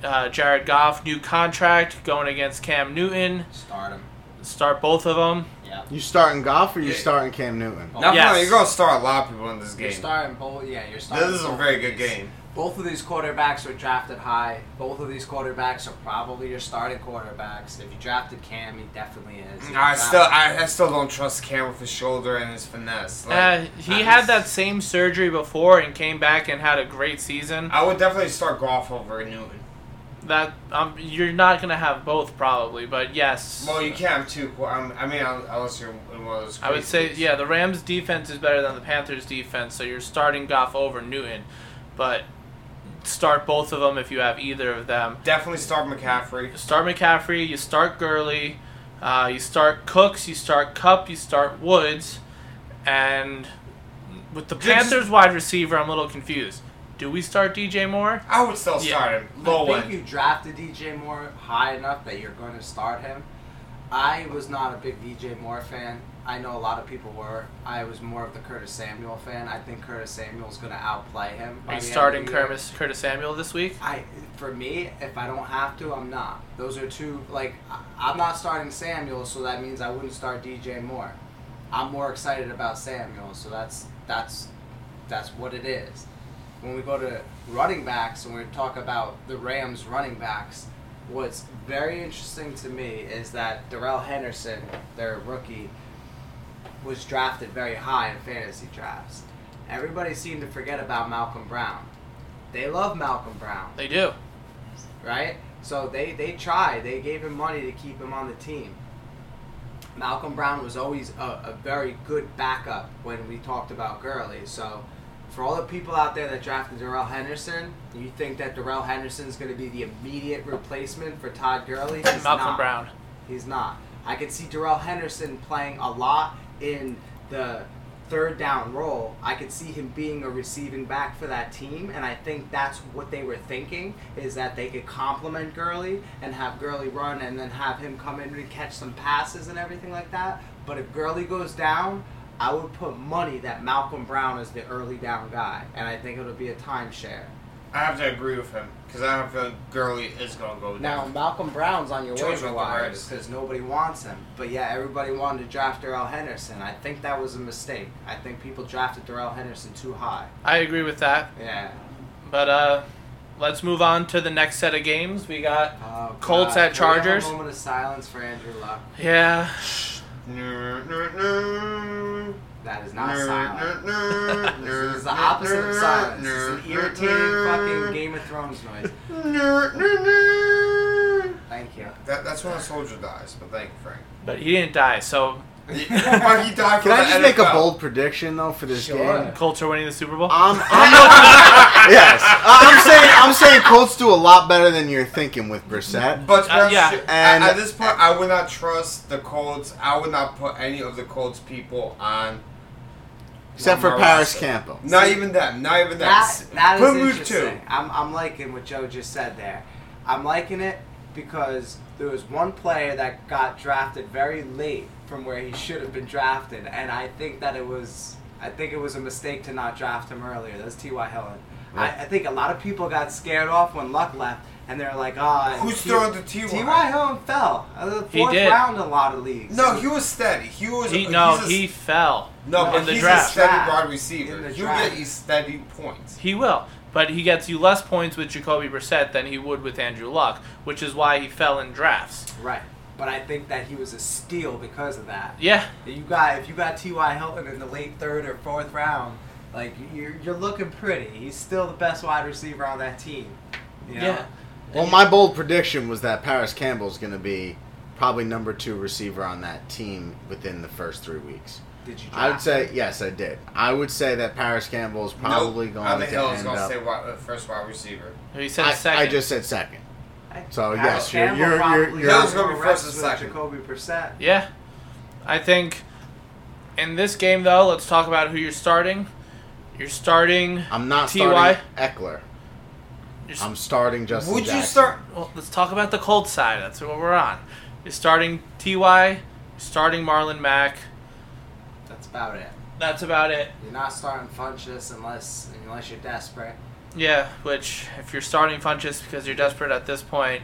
Speaker 3: uh, Jared Goff, new contract, going against Cam Newton.
Speaker 2: Start him.
Speaker 3: Start both of them.
Speaker 2: Yeah.
Speaker 4: You starting golf or you
Speaker 6: Yeah.
Speaker 4: starting Cam Newton?
Speaker 6: No,
Speaker 3: Yes.
Speaker 6: no, you're gonna start a lot of people in this
Speaker 2: You're
Speaker 6: game.
Speaker 2: starting both. Yeah, you're starting.
Speaker 6: This is a
Speaker 2: both
Speaker 6: very
Speaker 2: of
Speaker 6: good
Speaker 2: these.
Speaker 6: game.
Speaker 2: Both of these quarterbacks were drafted high. Both of these quarterbacks are probably your starting quarterbacks. If you drafted Cam, he definitely is. If you
Speaker 6: Mm, I
Speaker 2: drafted-
Speaker 6: still, I, I still don't trust Cam with his shoulder and his finesse. Like,
Speaker 3: Uh,
Speaker 6: I
Speaker 3: he had
Speaker 6: just-
Speaker 3: that same surgery before and came back and had a great season.
Speaker 6: I would definitely start golf over Newton.
Speaker 3: That um, you're not gonna have both probably, but yes.
Speaker 6: Well, you can't have two. qu- um, I mean, un- unless you're in one of those.
Speaker 3: I would
Speaker 6: crazy
Speaker 3: say
Speaker 6: leagues.
Speaker 3: yeah, the Rams defense is better than the Panthers defense, so you're starting Goff over Newton, but start both of them if you have either of them.
Speaker 6: Definitely start McCaffrey.
Speaker 3: You start McCaffrey, you start Gurley, uh, you start Cooks, you start Cup, you start Woods, and with the
Speaker 6: Just-
Speaker 3: Panthers wide receiver, I'm a little confused. Do we start DJ Moore?
Speaker 6: I would still
Speaker 3: Yeah.
Speaker 6: start him.
Speaker 2: I
Speaker 6: Low
Speaker 2: think
Speaker 6: end.
Speaker 2: you drafted DJ Moore high enough that you're going to start him. I was not a big DJ Moore fan. I know a lot of people were. I was more of the Curtis Samuel fan. I think Curtis Samuel's going to outplay him. by
Speaker 3: Are you
Speaker 2: the end of the
Speaker 3: starting
Speaker 2: year.
Speaker 3: Curtis, Curtis Samuel this week?
Speaker 2: I for me, if I don't have to, I'm not. Those are two like I- I'm not starting Samuel, so that means I wouldn't start DJ Moore. I'm more excited about Samuel, so that's that's that's what it is. When we go to running backs and we talk about the Rams running backs, what's very interesting to me is that Darrell Henderson, their rookie, was drafted very high in fantasy drafts. Everybody seemed to forget about Malcolm Brown. They love Malcolm Brown
Speaker 3: They do.
Speaker 2: right? So they they tried. They gave him money to keep him on the team. Malcolm Brown was always a, a very good backup when we talked about Gurley. So for all the people out there that drafted Darrell Henderson, you think that Darrell Henderson is going to be the immediate replacement for Todd Gurley? He's
Speaker 3: Malcolm
Speaker 2: not.
Speaker 3: Brown.
Speaker 2: He's not. I could see Darrell Henderson playing a lot in the third down role. I could see him being a receiving back for that team, and I think that's what they were thinking is that they could complement Gurley and have Gurley run and then have him come in and catch some passes and everything like that. But if Gurley goes down, I would put money that Malcolm Brown is the early down guy, and I think it'll be a timeshare.
Speaker 6: I have to agree with him because I have a feeling Gurley is gonna go
Speaker 2: Now
Speaker 6: down.
Speaker 2: Malcolm Brown's on your
Speaker 6: George
Speaker 2: waiver
Speaker 6: Wilkins.
Speaker 2: wires because nobody wants him. But yeah, everybody wanted to draft Darrell Henderson. I think that was a mistake. I think people drafted Darrell Henderson too high.
Speaker 3: I agree with that.
Speaker 2: Yeah.
Speaker 3: But uh, let's move on to the next set of games. We got
Speaker 2: Oh,
Speaker 3: Colts
Speaker 2: God. Can we
Speaker 3: at
Speaker 2: have a
Speaker 3: Chargers.
Speaker 2: moment of silence for Andrew Luck.
Speaker 3: yeah.
Speaker 2: That is not silent. *laughs* This is the opposite of silence. It's an irritating fucking Game of Thrones noise. Thank you.
Speaker 6: That, that's when a soldier dies, but thank you, Frank.
Speaker 3: But he didn't die, so
Speaker 6: but he
Speaker 2: *laughs*
Speaker 6: died for
Speaker 4: Can I
Speaker 6: the
Speaker 4: just make a
Speaker 6: NFL.
Speaker 4: bold prediction though for this
Speaker 2: Sure.
Speaker 4: game?
Speaker 3: Colts are winning the Super
Speaker 6: Uh,
Speaker 3: Bowl.
Speaker 4: I'm, Um, I'm looking- yes, I- I'm saying I'm saying Colts do a lot better than you're thinking with Brissett.
Speaker 6: But
Speaker 3: Uh, yeah.
Speaker 6: yeah.
Speaker 4: And-
Speaker 6: at this point, I would not trust the Colts. I would not put any of the Colts people on
Speaker 4: Except for
Speaker 6: Lamar
Speaker 4: Paris
Speaker 6: Rosso.
Speaker 4: Campbell.
Speaker 6: Not even that. Not even that.
Speaker 2: That, that
Speaker 6: Put
Speaker 2: is
Speaker 6: move
Speaker 2: interesting.
Speaker 6: two.
Speaker 2: I'm, I'm liking what Joe just said there. I'm liking it because there was one player that got drafted very late from where he should have been drafted, and I think that it was I think it was a mistake to not draft him earlier. That's T.Y. Hillen. I, I think a lot of people got scared off when Luck left, and they're like, ah.
Speaker 6: Who's
Speaker 2: T-
Speaker 6: throwing to T.Y.?
Speaker 2: T.Y. Hillen fell. Uh, the fourth
Speaker 3: He did.
Speaker 2: round in a lot of leagues.
Speaker 6: No, he was steady. He was.
Speaker 3: He, no,
Speaker 6: he's a-
Speaker 3: he fell
Speaker 6: No, but
Speaker 3: in the
Speaker 6: he's a
Speaker 3: draft.
Speaker 6: steady
Speaker 2: Draft.
Speaker 6: wide receiver.
Speaker 2: In the
Speaker 6: You
Speaker 2: draft.
Speaker 6: get his steady points.
Speaker 3: He will, but he gets you less points with Jacoby Brissett than he would with Andrew Luck, which is why he fell in drafts.
Speaker 2: Right. But I think that he was a steal because of that.
Speaker 3: Yeah,
Speaker 2: You got if you got T.Y. Hilton in the late third or fourth round, like you're you're looking pretty. He's still the best wide receiver on that team. You know?
Speaker 3: Yeah.
Speaker 4: Well, my bold prediction was that Paris Campbell's going to be probably number two receiver on that team within the first three weeks.
Speaker 2: Did you? Draft
Speaker 4: I would say
Speaker 2: him?
Speaker 4: yes, I did. I would say that Paris Campbell's probably
Speaker 6: Nope. I
Speaker 4: going
Speaker 6: think
Speaker 4: to
Speaker 6: Hill is
Speaker 4: end
Speaker 6: gonna
Speaker 4: up.
Speaker 6: say wi- uh, first wide receiver.
Speaker 3: he said
Speaker 4: I,
Speaker 3: a second.
Speaker 4: I just said second.
Speaker 2: I-
Speaker 4: So,
Speaker 2: Paris
Speaker 4: yes, you're-
Speaker 2: Campbell
Speaker 4: you're- you're-
Speaker 2: probably
Speaker 4: you're-
Speaker 2: got
Speaker 6: Hill's gonna be
Speaker 2: more
Speaker 6: first
Speaker 2: reps
Speaker 6: and
Speaker 2: with
Speaker 6: second.
Speaker 2: Jacoby Brissett.
Speaker 3: yeah, I think in this game though, let's talk about who you're starting. You're starting.
Speaker 4: I'm not
Speaker 3: T.Y.
Speaker 4: starting Eckler.
Speaker 3: You're, s-
Speaker 4: I'm starting Justin.
Speaker 6: Would you
Speaker 4: Jackson.
Speaker 6: start?
Speaker 3: well, let's talk about the cold side. That's what we're on. You're starting Ty. You're starting Marlon Mack.
Speaker 2: That's about it.
Speaker 3: That's about it.
Speaker 2: You're not starting Funchess unless unless you're desperate.
Speaker 3: Yeah, which if you're starting Funches because you're desperate at this point,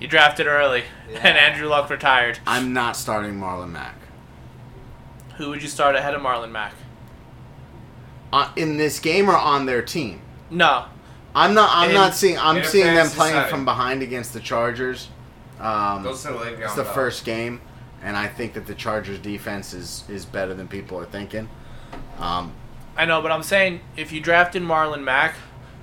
Speaker 3: you drafted early *laughs*
Speaker 2: Yeah.
Speaker 3: and Andrew Luck retired.
Speaker 4: I'm not starting Marlon Mack
Speaker 3: Who would you start ahead of Marlon Mack?
Speaker 4: uh, in this game or on their team.
Speaker 3: No,
Speaker 4: I'm not. I'm
Speaker 3: In-
Speaker 4: not seeing. I'm
Speaker 6: in a
Speaker 4: seeing them
Speaker 6: fantasy
Speaker 4: playing
Speaker 6: setting.
Speaker 4: from behind against the Chargers. Um,
Speaker 6: Don't say Le'Veon
Speaker 4: It's the
Speaker 6: Bell.
Speaker 4: first game, and I think that the Chargers defense is is better than people are thinking. Um,
Speaker 3: I know, but I'm saying if you drafted Marlon Mack,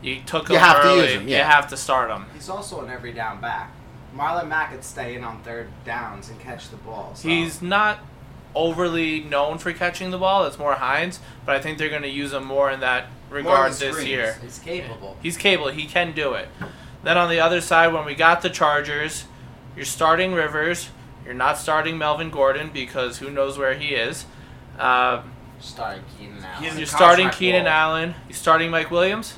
Speaker 3: you took him
Speaker 4: You have to
Speaker 3: early.
Speaker 4: use him, yeah.
Speaker 3: You have to start him.
Speaker 2: He's also an every down back. Marlon Mack could stay in on third downs and catch the ball. So.
Speaker 3: He's not overly known for catching the ball. It's more Hines, but I think they're going to use him more in that regard this
Speaker 6: screens.
Speaker 3: year.
Speaker 2: he's capable.
Speaker 3: He's capable. He can do it. Then on the other side, when we got the Chargers, you're starting Rivers. You're not starting Melvin Gordon because who knows where he is. Um,
Speaker 2: Starting Keenan Allen.
Speaker 6: He's-
Speaker 3: you're
Speaker 6: Contract
Speaker 3: starting Keenan
Speaker 6: wall.
Speaker 3: Allen. You're starting Mike Williams.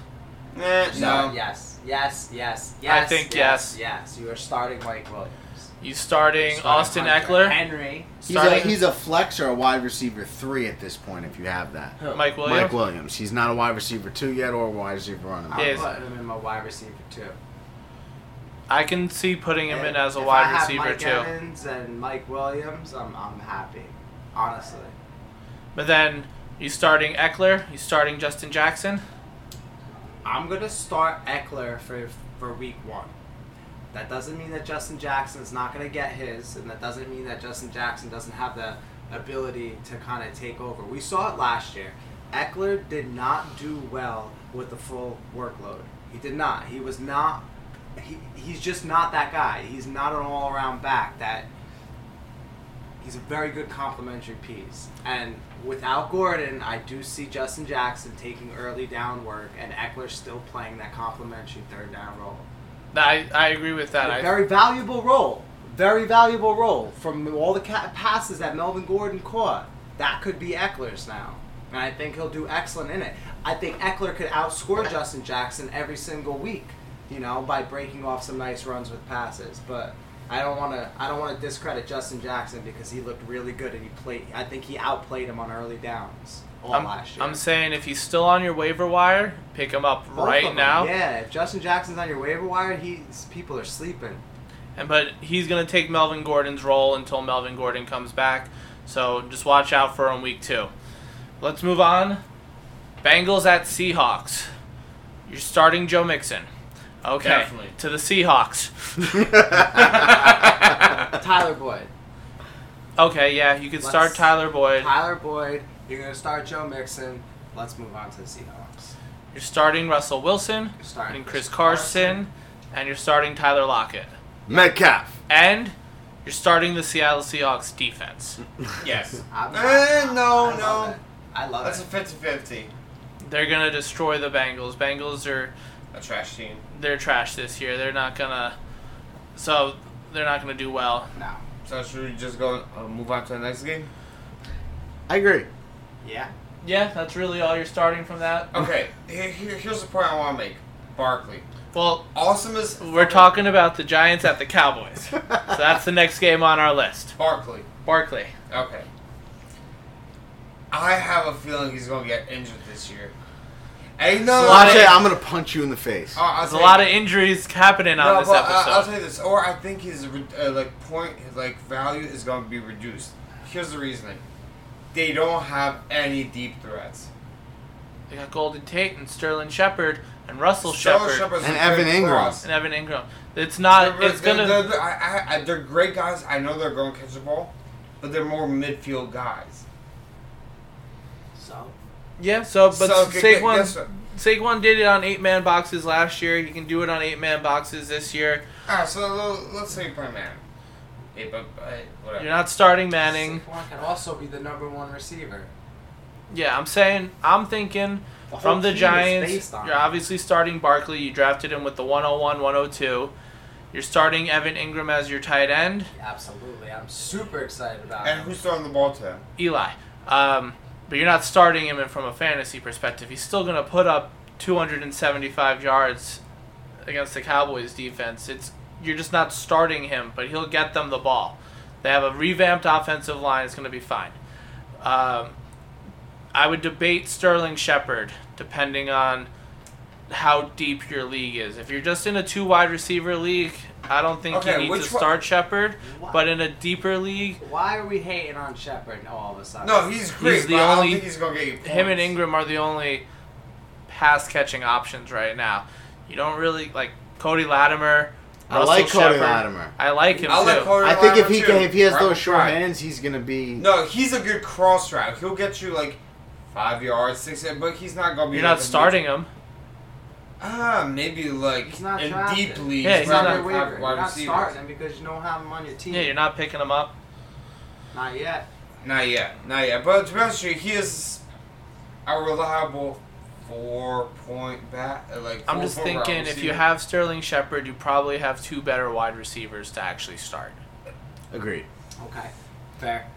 Speaker 6: Eh,
Speaker 2: No.
Speaker 6: no.
Speaker 2: Yes. Yes. Yes.
Speaker 3: I
Speaker 2: Yes.
Speaker 3: think
Speaker 2: yes. Yes. You are starting Mike Williams.
Speaker 3: You starting,
Speaker 2: Starting
Speaker 3: Austin
Speaker 2: Hunter.
Speaker 3: Eckler.
Speaker 2: Henry.
Speaker 4: he's a,
Speaker 3: Starting
Speaker 4: he's a flex or a wide receiver three at this point. If you have that,
Speaker 3: Mike Williams.
Speaker 4: Mike Williams. He's not a wide receiver two yet, or a wide receiver running back.
Speaker 3: Yeah.
Speaker 2: I'm
Speaker 3: Yes.
Speaker 2: putting him in my wide receiver too.
Speaker 3: I can see putting him in as a
Speaker 2: If I
Speaker 3: wide
Speaker 2: have
Speaker 3: receiver
Speaker 2: Mike
Speaker 3: too.
Speaker 2: Evans and Mike Williams, I'm, I'm happy. Honestly.
Speaker 3: But then you starting Eckler, you starting Justin Jackson.
Speaker 2: I'm gonna start Eckler for for week one. That doesn't mean that Justin Jackson's not gonna get his, and that doesn't mean that Justin Jackson doesn't have the ability to kind of take over. We saw it last year. Eckler did not do well with the full workload. He did not. He was not. He, he's just not that guy. He's not an all-around back that he's a very good complementary piece. And without Gordon, I do see Justin Jackson taking early down work and Eckler still playing that complementary third down role.
Speaker 3: I, I agree with that.
Speaker 2: A
Speaker 3: I,
Speaker 2: very valuable role. Very valuable role from all the ca- passes that Melvin Gordon caught. That could be Eckler's now. And I think he'll do excellent in it. I think Eckler could outscore Justin Jackson every single week, you know, by breaking off some nice runs with passes. But I don't want to I don't want to discredit Justin Jackson because he looked really good and he played I think he outplayed him on early downs all
Speaker 3: I'm,
Speaker 2: last year.
Speaker 3: I'm saying if he's still on your waiver wire, pick him up
Speaker 2: Both of
Speaker 3: right
Speaker 2: them,
Speaker 3: now.
Speaker 2: Yeah, if Justin Jackson's on your waiver wire, he's people are sleeping.
Speaker 3: And but he's gonna take Melvin Gordon's role until Melvin Gordon comes back. So just watch out for him week two. Let's move on. Bengals at Seahawks. You're starting Joe Mixon. Okay.
Speaker 6: Definitely.
Speaker 3: To the Seahawks.
Speaker 4: *laughs*
Speaker 2: Tyler Boyd.
Speaker 3: Okay, yeah, you could start
Speaker 2: Let's-
Speaker 3: Tyler Boyd.
Speaker 2: Tyler Boyd, you're going to start Joe Mixon. Let's move on to the Seahawks.
Speaker 3: You're starting Russell Wilson
Speaker 2: You're starting
Speaker 3: and Chris Carson, and you're starting Tyler Lockett.
Speaker 5: Metcalf.
Speaker 3: And you're starting the Seattle Seahawks defense.
Speaker 4: *laughs*
Speaker 6: Yes.
Speaker 2: I'm-
Speaker 6: Eh, no,
Speaker 2: I
Speaker 6: no.
Speaker 2: love it. I love
Speaker 6: That's a
Speaker 2: it.
Speaker 6: 50-50.
Speaker 3: They're gonna destroy the Bengals. Bengals are
Speaker 6: A trash team.
Speaker 3: they're trash this year. They're not gonna so they're not gonna do well.
Speaker 2: no.
Speaker 4: *laughs*
Speaker 6: So should we just go uh, move on to the next game?
Speaker 4: I agree.
Speaker 2: Yeah.
Speaker 3: Yeah, that's really all you're starting from that.
Speaker 6: Okay, here, here- here's the point I want to make. Barkley,
Speaker 3: Well,
Speaker 6: awesome as
Speaker 3: we're talking about the Giants at the Cowboys.
Speaker 6: *laughs*
Speaker 3: so that's
Speaker 4: *laughs*
Speaker 3: the next game on our list.
Speaker 6: Barkley.
Speaker 3: Barkley.
Speaker 6: Okay. I have a feeling he's going to get injured this year. And no,
Speaker 3: Lot
Speaker 4: Watch
Speaker 3: of-
Speaker 4: it, I'm gonna punch you in the
Speaker 6: Uh,
Speaker 4: face.
Speaker 6: Oh,
Speaker 3: There's a lot of injuries happening on this
Speaker 6: but, uh, I'll tell
Speaker 3: episode.
Speaker 6: you this, or I think his re- uh, like point, his like value is going to be reduced. Here's the reasoning: they don't have any deep threats.
Speaker 3: They got Golden Tate and Sterling Shepard and Russell
Speaker 6: Sterling
Speaker 3: Shepard
Speaker 6: Shepard's
Speaker 4: And
Speaker 6: a good
Speaker 4: Evan Ingram.
Speaker 6: cross.
Speaker 3: and Evan Ingram. It's
Speaker 6: They're,
Speaker 3: not.
Speaker 6: they're-
Speaker 3: It's gonna.
Speaker 6: they're- they're- I, I, I- they're great guys. I know they're going to catch the ball, but they're more midfield guys.
Speaker 2: So
Speaker 3: Yeah, so but
Speaker 6: So, g- g- guess
Speaker 3: Saquon
Speaker 6: what?
Speaker 3: Saquon did it on eight man boxes last year. He can do it on eight man boxes this year.
Speaker 6: Ah, so lo- let's say you play man. Hey, but uh, whatever.
Speaker 3: You're not starting Manning.
Speaker 2: Saquon could also be the number one receiver.
Speaker 3: Yeah, I'm saying I'm thinking
Speaker 2: The whole
Speaker 3: from the
Speaker 2: team is
Speaker 3: Giants.
Speaker 2: based on
Speaker 3: You're
Speaker 2: it.
Speaker 3: obviously starting Barkley. You drafted him with the 101, 102. You're starting Evan Ingram as your tight end.
Speaker 2: Absolutely, I'm super excited about
Speaker 6: and
Speaker 2: it.
Speaker 6: who's throwing the ball to him?
Speaker 3: Eli. Um, but you're not starting him in from a fantasy perspective. He's still going to put up 275 yards against the Cowboys defense. It's you're just not starting him, but he'll get them the ball. They have a revamped offensive line. It's going to be fine. Um, I would debate Sterling Shepard depending on how deep your league is. If you're just in a two wide receiver league, I don't think
Speaker 6: Okay,
Speaker 3: you need
Speaker 6: which
Speaker 3: to
Speaker 6: one-
Speaker 3: start Shepard.
Speaker 2: Why-
Speaker 3: But in a deeper league,
Speaker 2: Why are we hating on Shepard all of a sudden?
Speaker 6: No, he's great. but
Speaker 3: the
Speaker 6: I don't
Speaker 3: only-
Speaker 6: think he's going to get you points.
Speaker 3: him and Ingram are the only pass catching options right now. You don't really like Cody Latimer.
Speaker 4: I
Speaker 3: Russell
Speaker 4: like Cody
Speaker 3: Shepard.
Speaker 4: Latimer.
Speaker 3: I like him
Speaker 6: I
Speaker 3: too.
Speaker 6: like Corey
Speaker 4: I think if
Speaker 6: Latimer
Speaker 4: he
Speaker 6: too.
Speaker 4: can, if he has
Speaker 6: Right,
Speaker 4: those short
Speaker 6: right.
Speaker 4: hands, he's gonna be.
Speaker 6: No, he's a good cross route. He'll get you like five yards, six, but he's not going to be.
Speaker 3: You're
Speaker 6: like
Speaker 3: not
Speaker 6: a-
Speaker 3: starting him.
Speaker 6: Ah, maybe like
Speaker 2: He's not
Speaker 6: in
Speaker 2: drafted.
Speaker 6: deep leagues.
Speaker 3: Yeah,
Speaker 2: He's
Speaker 3: he's
Speaker 6: wide-
Speaker 2: not
Speaker 3: not-
Speaker 2: your
Speaker 6: wide-
Speaker 2: waiver.
Speaker 6: wide
Speaker 2: You're not
Speaker 6: receivers.
Speaker 2: starting him because you don't have him on your team.
Speaker 3: Yeah, you're not picking him up.
Speaker 2: Not yet.
Speaker 6: Not yet, not yet. But to be honest with you, he is a reliable four point bat. uh, Like
Speaker 3: I'm just
Speaker 6: four-point route
Speaker 3: thinking if you
Speaker 6: receiver.
Speaker 3: have Sterling Shepard, you probably have two better wide receivers to actually start.
Speaker 4: Agreed.
Speaker 2: Okay, fair.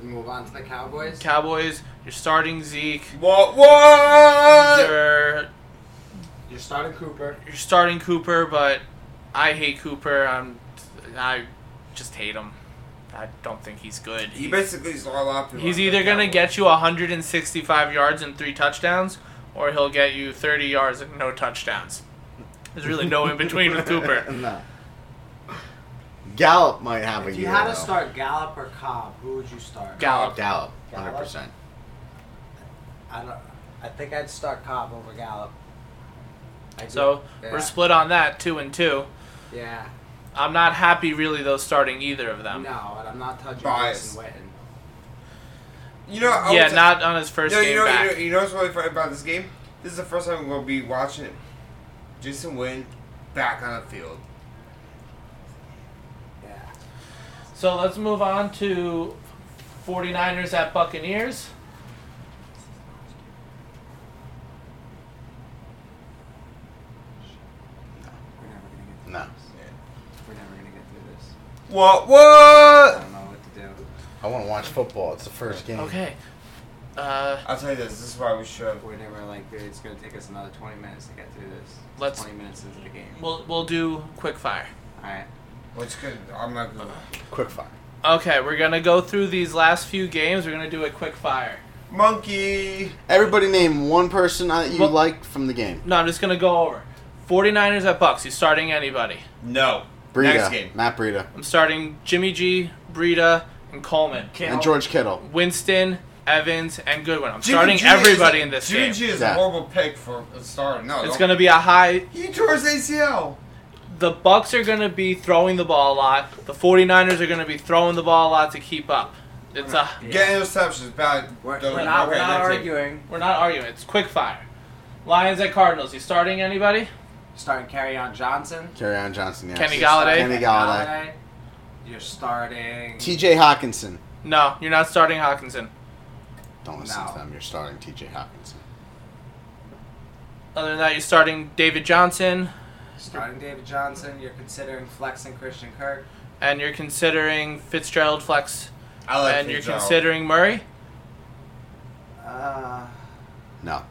Speaker 2: We move on to the Cowboys.
Speaker 3: Cowboys, you're starting Zeke.
Speaker 6: What? What?
Speaker 3: You're
Speaker 2: You're starting Cooper.
Speaker 3: you're starting Cooper, but I hate Cooper. I'm I just hate him. I don't think he's good.
Speaker 6: He basically is all up.
Speaker 3: He's either going to get you 165 yards and three touchdowns, or he'll get you 30 yards and no touchdowns. There's really no in between
Speaker 6: *laughs*
Speaker 3: with Cooper.
Speaker 4: *laughs* no. Gallup might have a
Speaker 2: If you
Speaker 4: year.
Speaker 2: had to
Speaker 4: though.
Speaker 2: start Gallup or Cobb, who would you start?
Speaker 3: Gallup.
Speaker 4: Gallup,
Speaker 2: Gallup?
Speaker 4: hundred percent.
Speaker 2: I don't. I think I'd start Cobb over Gallup. I do.
Speaker 3: So
Speaker 2: Yeah.
Speaker 3: we're split on that, two and two.
Speaker 2: Yeah.
Speaker 3: I'm not happy, really, though, starting either of them.
Speaker 2: No, and I'm not touching
Speaker 6: Biased.
Speaker 2: Jason Witten.
Speaker 6: You know. I
Speaker 3: Yeah,
Speaker 6: was-
Speaker 3: not on his first
Speaker 6: No,
Speaker 3: game
Speaker 6: you know, you
Speaker 3: back.
Speaker 6: know, you know what's really funny about this game? This is the first time I'm going to be watching Jason Wynn back on the field.
Speaker 2: Yeah.
Speaker 3: So let's move on to 49ers at Buccaneers.
Speaker 2: We're never gonna get through
Speaker 4: No.
Speaker 2: this. We're never gonna get through this.
Speaker 6: What?
Speaker 2: I
Speaker 6: What?
Speaker 2: don't know what to do.
Speaker 4: I want to watch football. It's the first game.
Speaker 3: Okay. Uh,
Speaker 6: I'll tell you this. This is why we should.
Speaker 2: We're never like dude, it's gonna take us another 20 minutes to get through this.
Speaker 3: Let's-
Speaker 2: 20 minutes into the game.
Speaker 3: we'll, we'll do quick fire.
Speaker 2: All right.
Speaker 6: Which could. I'm not going to.
Speaker 4: Quick fire.
Speaker 3: Okay, we're going to go through these last few games. We're going to do a quick fire.
Speaker 6: Monkey!
Speaker 4: Everybody name one person that you
Speaker 3: Well-
Speaker 4: liked from the game.
Speaker 3: No, I'm just gonna go over. 49ers at Bucks. You starting anybody?
Speaker 6: No.
Speaker 4: Breida.
Speaker 6: Next game.
Speaker 4: Matt Breida.
Speaker 3: I'm starting Jimmy G, Breida, and Coleman.
Speaker 4: And George Kittle.
Speaker 3: Winston, Evans, and Goodwin. I'm
Speaker 6: Jimmy
Speaker 3: starting
Speaker 6: G is-
Speaker 3: everybody in this
Speaker 6: Jimmy
Speaker 3: game.
Speaker 6: G is
Speaker 4: Yeah.
Speaker 6: a horrible pick for a starter. No.
Speaker 3: It's
Speaker 6: don't-
Speaker 3: gonna be a high.
Speaker 6: He tore his ACL.
Speaker 3: The Bucks are gonna be throwing the ball a lot. The 49ers are gonna be throwing the ball a lot to keep up. It's a.
Speaker 6: Get interceptions. Bad.
Speaker 2: We're,
Speaker 6: Don't-
Speaker 2: we're not, we're
Speaker 6: okay,
Speaker 2: not
Speaker 6: next game.
Speaker 2: arguing.
Speaker 3: We're not arguing. It's quick fire. Lions at Cardinals. You starting anybody?
Speaker 2: Starting Carry On Johnson.
Speaker 4: Carry on Johnson. Yes.
Speaker 3: Kenny Galladay.
Speaker 4: Kenny Galladay.
Speaker 2: You're starting.
Speaker 4: T.J. Hawkinson.
Speaker 3: No, you're not starting Hawkinson.
Speaker 4: Don't listen
Speaker 2: No.
Speaker 4: to them. You're starting T.J. Hawkinson.
Speaker 3: Other than that, you're starting David Johnson,
Speaker 2: starting David Johnson. You're considering flexing Christian Kirk.
Speaker 3: and you're considering Fitzgerald flex,
Speaker 6: I like
Speaker 3: and you're
Speaker 6: Fitzgerald.
Speaker 3: considering Murray.
Speaker 2: Uh, Uh,
Speaker 4: No.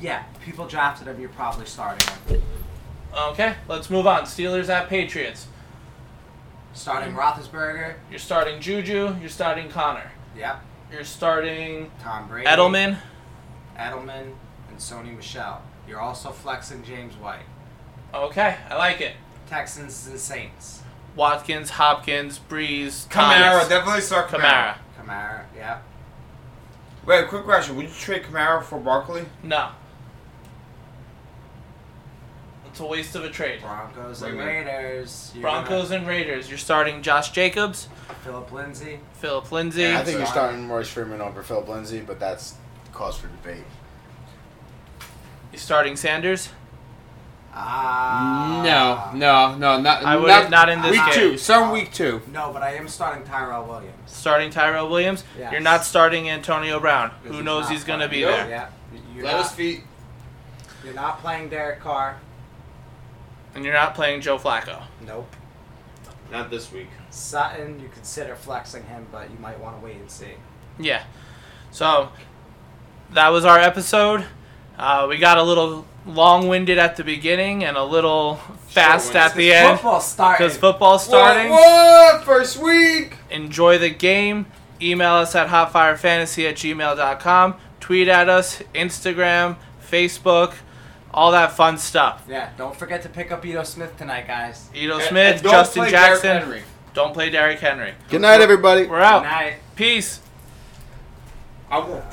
Speaker 2: yeah, people drafted him. You're probably starting him.
Speaker 3: Okay, let's move on. Steelers at Patriots.
Speaker 2: Starting
Speaker 6: Mm-hmm.
Speaker 2: Roethlisberger.
Speaker 3: You're starting Juju. You're starting Connor.
Speaker 2: Yep.
Speaker 3: You're starting
Speaker 2: Tom Brady.
Speaker 3: Edelman.
Speaker 2: Edelman and Sony Michelle. You're also flexing James White.
Speaker 3: Okay, I like it.
Speaker 2: Texans and Saints.
Speaker 3: Watkins, Hopkins, Breeze,
Speaker 6: Kamara,
Speaker 3: Thomas,
Speaker 6: definitely start Kamara.
Speaker 3: Kamara.
Speaker 2: Kamara. Yeah.
Speaker 6: Wait, quick question. Would you trade Kamara for Barkley?
Speaker 3: No. It's a waste of a trade.
Speaker 2: Broncos and
Speaker 6: Wait, wait.
Speaker 2: Raiders. You're
Speaker 3: Broncos and Raiders. You're starting Josh Jacobs,
Speaker 2: gonna- Philip Lindsay.
Speaker 3: Philip Lindsay.
Speaker 4: I think you're
Speaker 2: so-
Speaker 4: starting Royce Freeman over Philip Lindsay, but that's cause for debate.
Speaker 3: You're starting Sanders.
Speaker 2: Ah.
Speaker 5: No, no, no, not.
Speaker 3: I would-
Speaker 5: not,
Speaker 3: not in this
Speaker 5: week
Speaker 3: game.
Speaker 5: two. Some week two.
Speaker 2: No, but I am starting Tyrell Williams.
Speaker 3: Starting Tyrell Williams.
Speaker 2: Yes.
Speaker 3: You're not starting Antonio Brown.
Speaker 2: Because
Speaker 3: Who knows
Speaker 2: not
Speaker 3: he's going to
Speaker 2: playing.
Speaker 3: be
Speaker 6: Nope.
Speaker 3: there?
Speaker 2: Yeah. You're
Speaker 4: Let us
Speaker 2: not,
Speaker 4: feet.
Speaker 2: you're not playing Derek Carr.
Speaker 3: And you're not playing Joe Flacco.
Speaker 2: Nope.
Speaker 7: Not this week.
Speaker 2: Sutton, you consider flexing him, but you might want to wait and see.
Speaker 3: Yeah. So that was our episode. Uh, we got a little long-winded at the beginning and a little fast
Speaker 7: Short-winded.
Speaker 3: at the end
Speaker 2: Football started.
Speaker 3: because football's starting.
Speaker 6: What, what? First week?
Speaker 3: Enjoy the game. Email us at hotfirefantasy at gmail.com. Tweet at us, Instagram, Facebook, all that fun stuff.
Speaker 2: Yeah, don't forget to pick up Edo Smith tonight, guys.
Speaker 3: Edo
Speaker 6: And-
Speaker 3: Smith,
Speaker 6: and don't
Speaker 3: Justin
Speaker 6: play Derrick
Speaker 3: Jackson.
Speaker 6: Henry.
Speaker 3: Don't play Derrick Henry.
Speaker 4: Good night, everybody.
Speaker 3: We're out.
Speaker 2: Good night.
Speaker 3: Peace.
Speaker 6: I won't